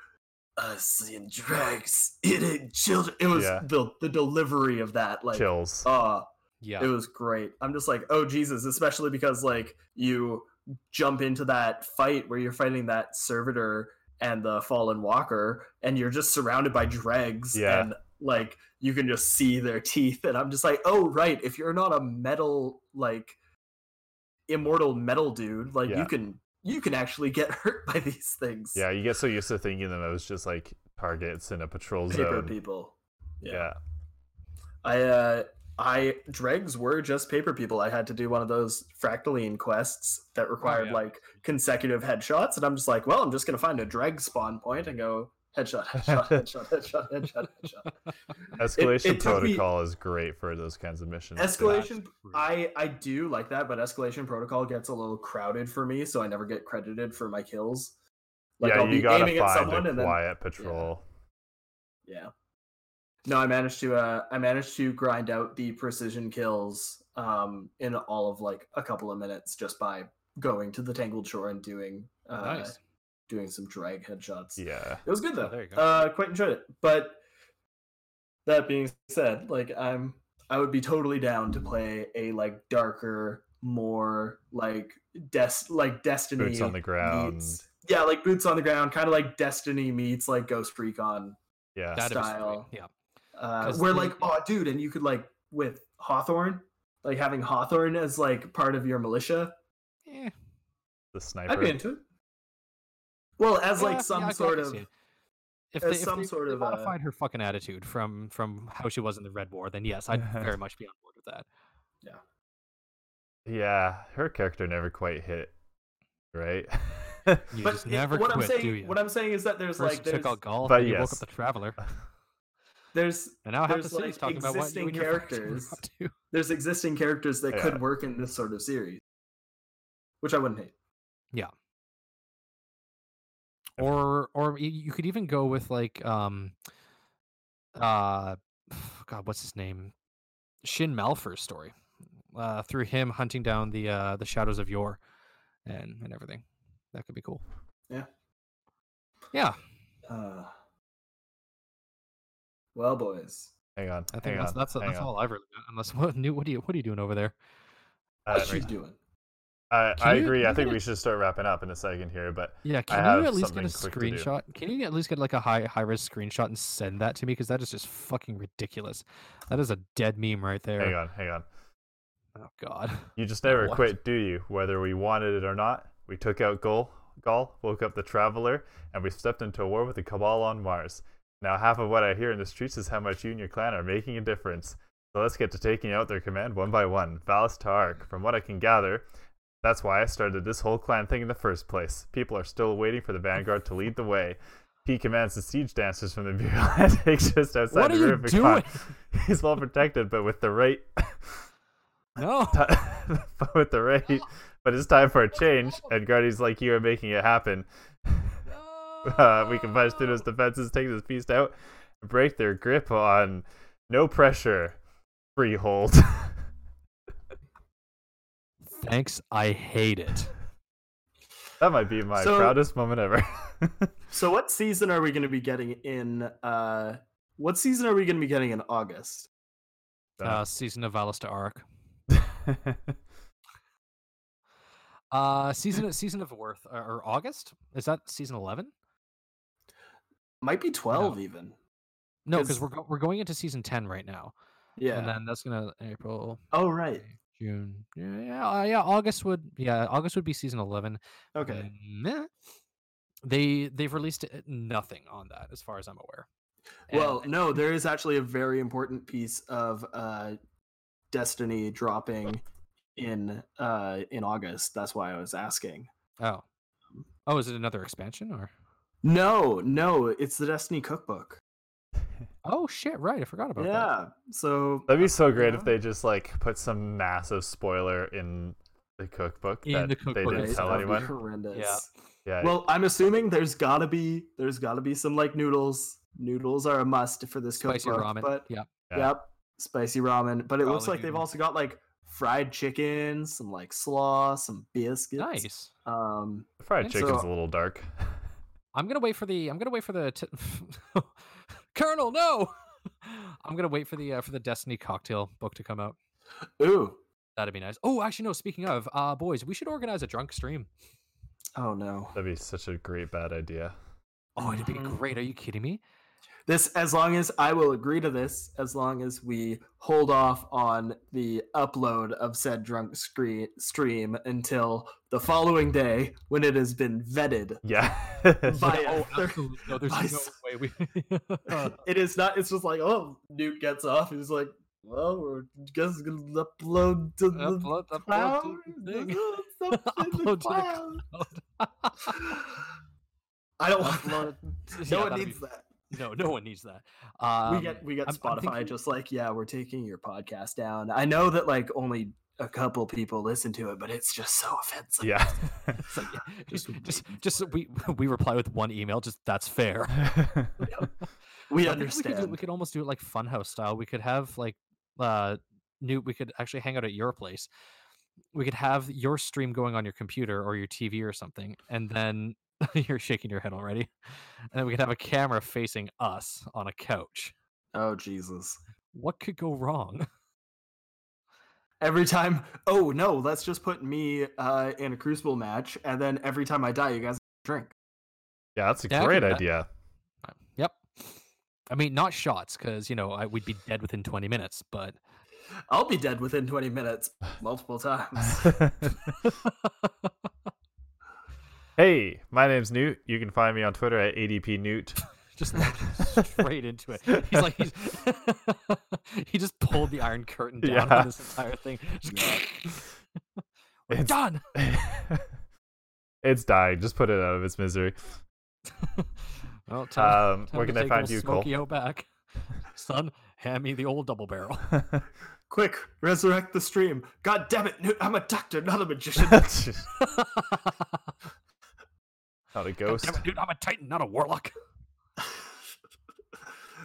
C: us in drags eating children it was
A: Yeah.
C: the the delivery of that like
A: Chills.
C: ah
B: Yeah.
C: it was great i'm just like oh jesus especially because like you jump into that fight where you're fighting that servitor and the fallen walker and you're just surrounded by dregs
A: Yeah.
C: and like you can just see their teeth and i'm just like oh right if you're not a metal like immortal metal dude like
A: Yeah.
C: you can you can actually get hurt by these things
A: Yeah, you get so used to thinking them as just like targets in a patrol
C: paper
A: zone.
C: people
A: Yeah.
C: I uh I dregs were just paper people. I had to do one of those fractaline quests that required
B: yeah.
C: like consecutive headshots, and I'm just like, well, I'm just gonna find a dreg spawn point and go headshot, headshot, headshot, headshot, headshot, headshot.
A: Escalation
C: it took me-
A: protocol is great for those kinds of missions. too.
C: Escalation.
B: That's true.
C: I I do like that, but escalation protocol gets a little crowded for me, so I never get credited for my kills.
A: yeah, you gotta find a quiet patrol.
C: Yeah. No, I managed to uh I managed to grind out the precision kills um in all of like a couple of minutes just by going to the Tangled Shore and doing uh
B: nice.
C: doing some drag headshots.
A: Yeah.
C: It was good though.
B: Oh, there you go.
C: Uh quite enjoyed it. But that being said, like I'm I would be totally down to play a like darker, more like des like destiny
A: Boots on the ground.
C: meets- yeah, like boots on the ground, kind of like Destiny meets like Ghost Recon
A: Yeah.
B: That'd be sweet,
C: style.
B: Yeah.
C: uh,
B: 'Cause
C: where
B: the-
C: like oh dude and you could like with hawthorne like having hawthorne as like part of your militia
B: Eh,
A: the
C: i'd
A: sniper.
C: be into it well as
B: yeah,
C: like some
B: yeah, I c- I
C: sort
B: can
C: of
B: see it. If
C: as
B: they, if
C: some
B: they- if
C: sort
B: they
C: of, uh,
B: modified her fucking attitude from from how she was in the Red War, then yes, I'd very much be on board with that.
A: yeah. Her character never quite hit. Right?
B: You
C: but
B: just
C: it-
B: never
C: what
B: quit,
C: i'm saying
B: do you?
C: what i'm saying is that there's
B: First
C: like
B: you
C: there's,
B: took out golf,
A: But
B: and you woke
A: yes.
B: up the Traveler,
C: there's
B: and now half the
C: There's,
B: city's
C: like,
B: talking about what you
C: existing
B: and your friends were
C: characters.
B: up to.
C: there's existing characters that
A: Yeah.
C: could work in this sort of series which i wouldn't hate
B: or or y- you could even go with like um, uh, God, what's his name? Shin Malfer's story, uh, through him hunting down the uh the shadows of Yor, and and everything. That could be cool.
C: Yeah.
B: Yeah,
C: uh, well boys
A: Hang on.
B: I
A: hang
B: think that's
A: on,
B: that's,
A: hang
B: that's
A: on.
B: all I've really got. Unless what new what are you what are you doing over there?
A: Uh,
C: what you doing
A: I,
B: Can
A: I
B: you-
A: agree. I
B: you
A: think
B: gotta-
A: we should start wrapping up in a second here, but
B: Yeah, can
A: have
B: you at least get a
A: something quick to do.
B: screenshot? Can you at least get like a high high res screenshot and send that to me? Because that is just fucking ridiculous. That is a dead meme right there.
A: hang on, hang on.
B: Oh god.
A: You just never
B: What?
A: quit, do you? Whether we wanted it or not, we took out Gaul, Gaul, woke up the Traveler, and we stepped into a war with the Cabal on Mars. Now, half of what I hear in the streets is how much you and your clan are making a difference. So let's get to taking out their command one by one. Valis Tark, from what I can gather, that's why I started this whole clan thing in the first place. People are still waiting for the Vanguard to lead the way. He commands the siege dancers from the Bureau just outside
B: What
A: the
B: are you
A: Rubicon. He's well protected, but with the right
B: No.
A: ti- with the rate, but it's time for a change. And Guardy's like, you are making it happen. Uh, we can punch through those defenses, take this beast out, and break their grip on no pressure freehold.
B: Thanks, I hate it.
A: that might be my
C: So-
A: proudest moment ever.
C: so what season are we going to be getting in uh what season are we going to be getting in august
B: Uh,
A: Uh,
B: season of Valista Arc. Uh, season of season of Worth or, or August? Is that season eleven?
C: Might be 12 even.
B: No, because
C: 'Cause-
B: we're go- we're going into season ten right now,
C: Yeah.
B: and then that's gonna April,
C: oh, right.
B: May, June. Yeah, yeah, uh, yeah. August would yeah August would be season eleven.
C: Okay.
B: Meh. They they've released uh, nothing on that as far as I'm aware. And
C: Well, no, there is actually a very important piece of uh, Destiny dropping in uh, in August. That's why I was asking.
B: oh. Oh, is it another expansion or?
C: No, no, it's the Destiny cookbook.
B: Oh shit! Right, I forgot about that.
C: Yeah. So
A: That'd be so great
C: Uh, Yeah.
A: if they just like put some massive spoiler in the cookbook
B: In
A: that they
B: the cookbook,
A: didn't
C: right,
B: it's
A: tell
C: that'd be
A: anyone.
C: horrendous.
A: Yeah,
C: Well, I'm assuming there's gotta be there's gotta be some like noodles. Noodles are a must for this
B: Spicy
C: cookbook.
B: ramen.
C: But
B: yeah.
A: Yeah.
C: Yep. Spicy ramen. But it looks
B: Probably
C: like they've
B: noodles.
C: also got like fried chicken, some like slaw, some biscuits.
B: Nice.
C: Um
A: the fried
B: and
A: chicken's
C: so-
A: a little dark.
B: I'm gonna wait for the. I'm gonna wait for the. T- Colonel, no. I'm gonna wait for the uh, for the Destiny cocktail book to come out.
C: ooh.
B: That'd be nice. Oh, actually, no. Speaking of, uh, boys, we should organize a drunk stream.
C: Oh no.
A: That'd be such a great bad idea.
B: Oh, it'd be
C: Mhm.
B: great. Are you kidding me?
C: This, as long as I will agree to this, as long as we hold off on the upload of said drunk screen, stream until the following day when it has been vetted.
A: Yeah.
C: By a
B: oh, uh.
C: thir-
B: absolutely. No, there's
C: by
B: no
C: s-
B: way we.
C: it is not. It's just like, oh, Newt gets off. He's like, well, we're just gonna upload to the
B: upload, upload,
C: cloud.
B: to the thing.
C: Something in the
B: Upload to the
C: cloud. I don't want that.
B: Upload. Yeah,
C: No one
B: that'd
C: needs
B: be-
C: that.
B: No, no one needs that. Um,
C: we get we get
B: I'm- I'm
C: Spotify
B: thinking-
C: just like yeah, we're taking your podcast down. I know that like only a couple people listen to it, but it's just so offensive.
A: yeah.
B: It's like, yeah,
C: Just-
B: just, just, just we we reply with one email. Just that's fair.
C: we
B: I think We
C: understand.
B: could, do- we could almost do it like Funhouse style. We could have like uh, new. We could actually hang out at your place. We could have your stream going on your computer or your TV or something, and then you're shaking your head already. And then we could have a camera facing us on a couch.
C: oh Jesus!
B: What could go wrong?
C: Every time, oh no, let's just put me uh, in a crucible match, and then every time I die, you guys drink.
A: Yeah, that's a
B: Yeah, I
A: great
B: can- I-
A: idea.
B: Uh, Yep. I mean, not shots, because you know I, we'd be dead within 20 minutes. But
C: I'll be dead within twenty minutes, multiple times.
A: hey, my name's Newt. You can find me on Twitter at ADP Newt.
B: just launched straight into it. He's like, he's, he just pulled the iron curtain down
A: Yeah.
B: on this entire thing. Just We're
A: It's,
B: done.
A: it's dying. Just put it out of its misery.
B: Well, time,
A: Um,
B: time
A: where
B: to
A: can I
B: take
A: find
B: old
A: you, Cole?
B: Smokey O back, son. Hand me the old double barrel.
C: Quick, resurrect the stream. God damn it, Newt, I'm a doctor, not a magician.
A: Not a
B: God
A: ghost.
B: damn it, dude, I'm a titan, not a warlock.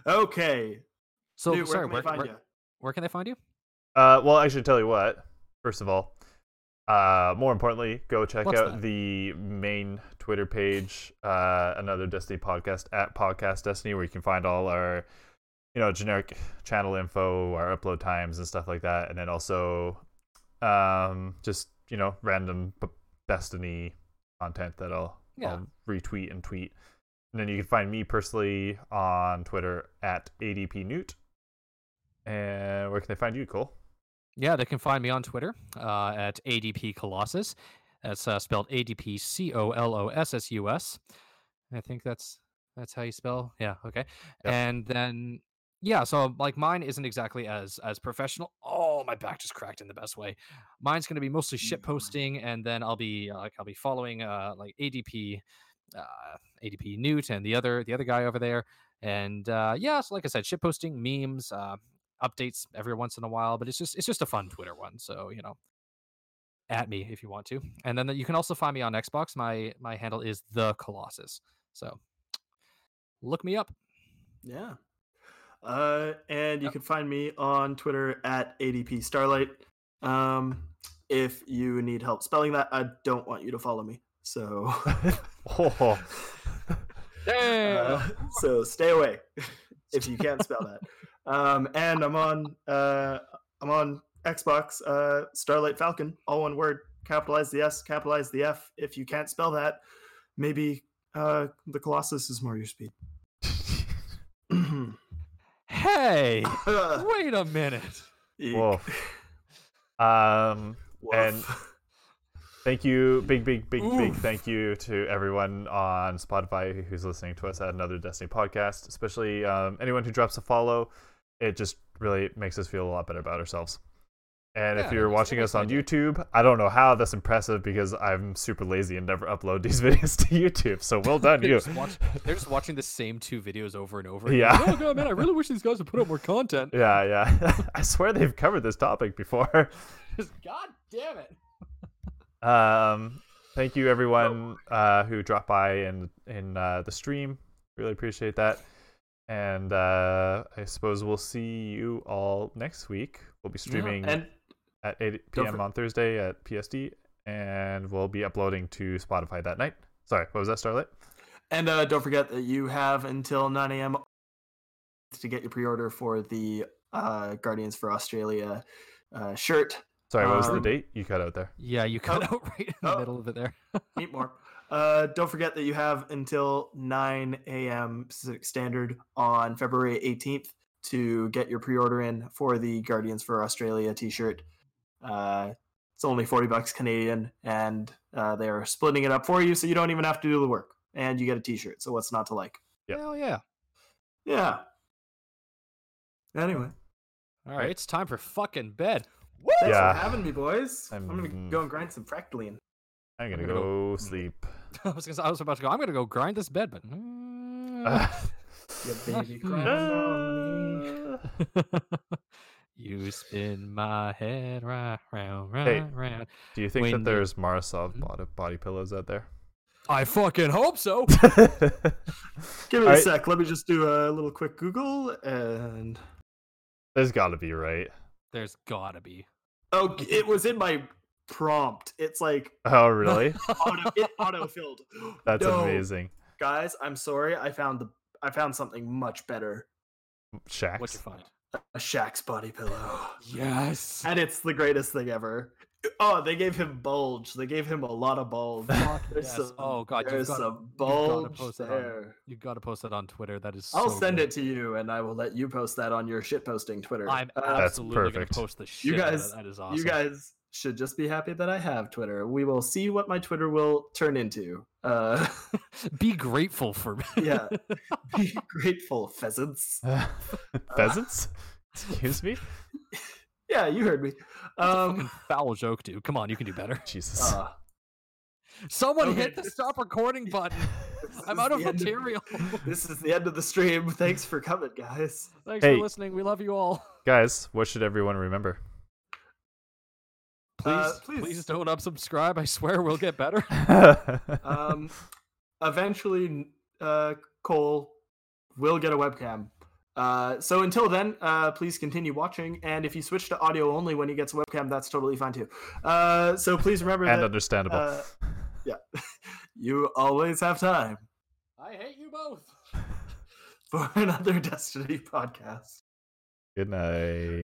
C: okay,
B: So
C: Newt,
B: sorry,
C: where
B: where,
C: can we find
B: where,
C: you?
B: where can they find you?
A: Uh, well, I should tell you what. First of all, uh, more importantly, go check
B: What's
A: out
B: that?
A: the main Twitter page, uh, another Destiny podcast at Podcast Destiny, where you can find all our, you know, generic channel info, our upload times and stuff like that, and then also, um, just you know, random b- Destiny content that I'll,
B: Yeah.
A: I'll retweet and tweet. And then you can find me personally on Twitter at ADPNewt. And where can they find you, Cole?
B: Yeah, they can find me on Twitter uh, at ADP Colossus. That's uh, spelled A D P C O L O S S U S. I think that's that's how you spell. Yeah, okay.
A: Yep.
B: And then yeah, so like mine isn't exactly as as professional. Oh, my back just cracked in the best way. Mine's going to be mostly shit posting, and then I'll be uh, like I'll be following uh, like ADP uh, ADP Newt and the other the other guy over there. And uh, yeah, so like I said, shit posting memes. Uh, updates every once in a while, but it's just it's just a fun Twitter one. So you know, at me if you want to, and then uh, you can also find me on Xbox. My my handle is the Colossus. So look me up.
C: Yeah. Uh, and you
B: Yep.
C: can find me on Twitter at ADP Starlight. Um, if you need help spelling that, I don't want you to follow me. So,
A: Oh,
C: uh, so stay away if you can't spell that. Um, and I'm on uh, I'm on Xbox uh, Starlight Falcon, all one word. Capitalize the S, capitalize the F. If you can't spell that, maybe uh, the Colossus is more your speed.
B: hey,
C: Uh,
B: wait a minute.
C: Eek.
A: woof. Um, And-
C: Woof.
A: thank you, big, big, big, big
B: Oof.
A: thank you to everyone on Spotify who's listening to us at another Destiny podcast, especially um, anyone who drops a follow. It just really makes us feel a lot better about ourselves. And if
B: Yeah,
A: you're
B: it's
A: watching
B: nice
A: us on
B: idea.
A: YouTube, I don't know how that's impressive because I'm super lazy and never upload these videos to YouTube. So well done,
B: They're
A: you.
B: just, watch- they're just watching the same two videos over and over.
A: Yeah.
B: Again. Oh god, man, I really wish these guys would put up more content.
A: Yeah, yeah. I swear they've covered this topic before.
B: Just, god damn it.
A: Um, thank you everyone uh, who dropped by in in uh, the stream. Really appreciate that. And uh, I suppose we'll see you all next week. We'll be streaming
C: and
A: at 8
C: Don't
A: p.m.
C: for-
A: on Thursday at PSD, and we'll be uploading to Spotify that night. Sorry, what was that, Starlight?
C: And uh, don't forget that you have until 9 a.m. to get your pre-order for the uh, Guardians for Australia uh, shirt.
A: Sorry, what was the
C: Um,
A: date you cut out there?
B: Yeah, you cut
C: Oh.
B: out right in the
C: Oh.
B: middle of it there.
C: Eat more. Uh, don't forget that you have until 9 a.m. Pacific Standard on February 18th to get your pre-order in for the Guardians for Australia T-shirt. Uh, it's only 40 bucks Canadian, and uh, they are splitting it up for you, so you don't even have to do the work, and you get a T-shirt. So what's not to like?
A: Yep.
B: Hell yeah.
C: Yeah. Anyway,
B: All right, it's time for fucking bed.
C: thanks
A: Yeah.
C: for having me, boys. I'm,
A: I'm-
C: gonna go and grind some fractaline.
A: I'm gonna
B: I'm
A: go
B: gonna
A: sleep.
B: I was, gonna, say- I was about to go, I'm going to go grind this bed, but. Mm.
C: Your baby
B: crying
C: on me.
B: you spin my head round, round, round,
A: Hey.
B: round.
A: Do you think
B: When
A: that
B: you-
A: there's Marasov
B: Mhm.
A: body, body pillows out there?
B: I fucking hope so.
C: Give me a
A: Alright.
C: sec. Let me just do a little quick Google and
A: there's got to be, right?
B: There's gotta be.
C: oh, g- it was in my prompt. It's like
A: Oh, really?
C: auto, it auto-filled.
A: That's
C: No,
A: amazing.
C: guys. I'm sorry. I found the I found something much better.
B: What you
A: Shacks.
B: find?
C: A Shaq's body pillow,
B: Yes.
C: and it's the greatest thing ever. Oh, they gave him bulge. They gave him a lot of bulge.
B: Fuck
C: There's
B: yes.
C: some-
B: oh god, you've
C: there's
B: got,
C: some
B: gotta
C: bulge
B: post it on-
C: there.
B: you got to post that on Twitter. That is.
C: I'll
B: so
C: send
B: good.
C: it to you, and I will let you post that on your shitposting Twitter.
B: I'm
C: Uh,
B: absolutely gonna
A: perfect.
B: post the shit. out of
C: guys-
B: that. that is awesome.
C: You guys should just be happy that I have Twitter. We will see what my Twitter will turn into. Uh,
B: be grateful for me.
C: yeah, be grateful, pheasants.
A: Pheasants? Excuse me?
C: Yeah, you heard me.
B: That's a
C: Um,
B: fucking foul joke, dude. Come on, you can do better.
A: Jesus.
C: uh,
B: Someone
C: okay,
B: hit the
C: this-
B: stop recording button.
C: this
B: I'm
C: is
B: out of
C: the end
B: material.
C: This is the end of the stream. Thanks for coming, guys.
B: Thanks
A: Hey.
B: for listening. We love you all.
A: Guys, what should everyone remember?
B: Please,
C: Uh,
B: please,
C: please.
B: don't unsubscribe. I swear we'll get better.
C: Um, eventually, uh, Cole will get a webcam. Uh, so until then, uh, please continue watching. And if you switch to audio only when he gets a webcam, that's totally fine too. Uh, so please remember
A: and
C: that
A: understandable.
C: uh, yeah. you always have time
B: I hate you both.
C: for another Destiny podcast.
A: Good night.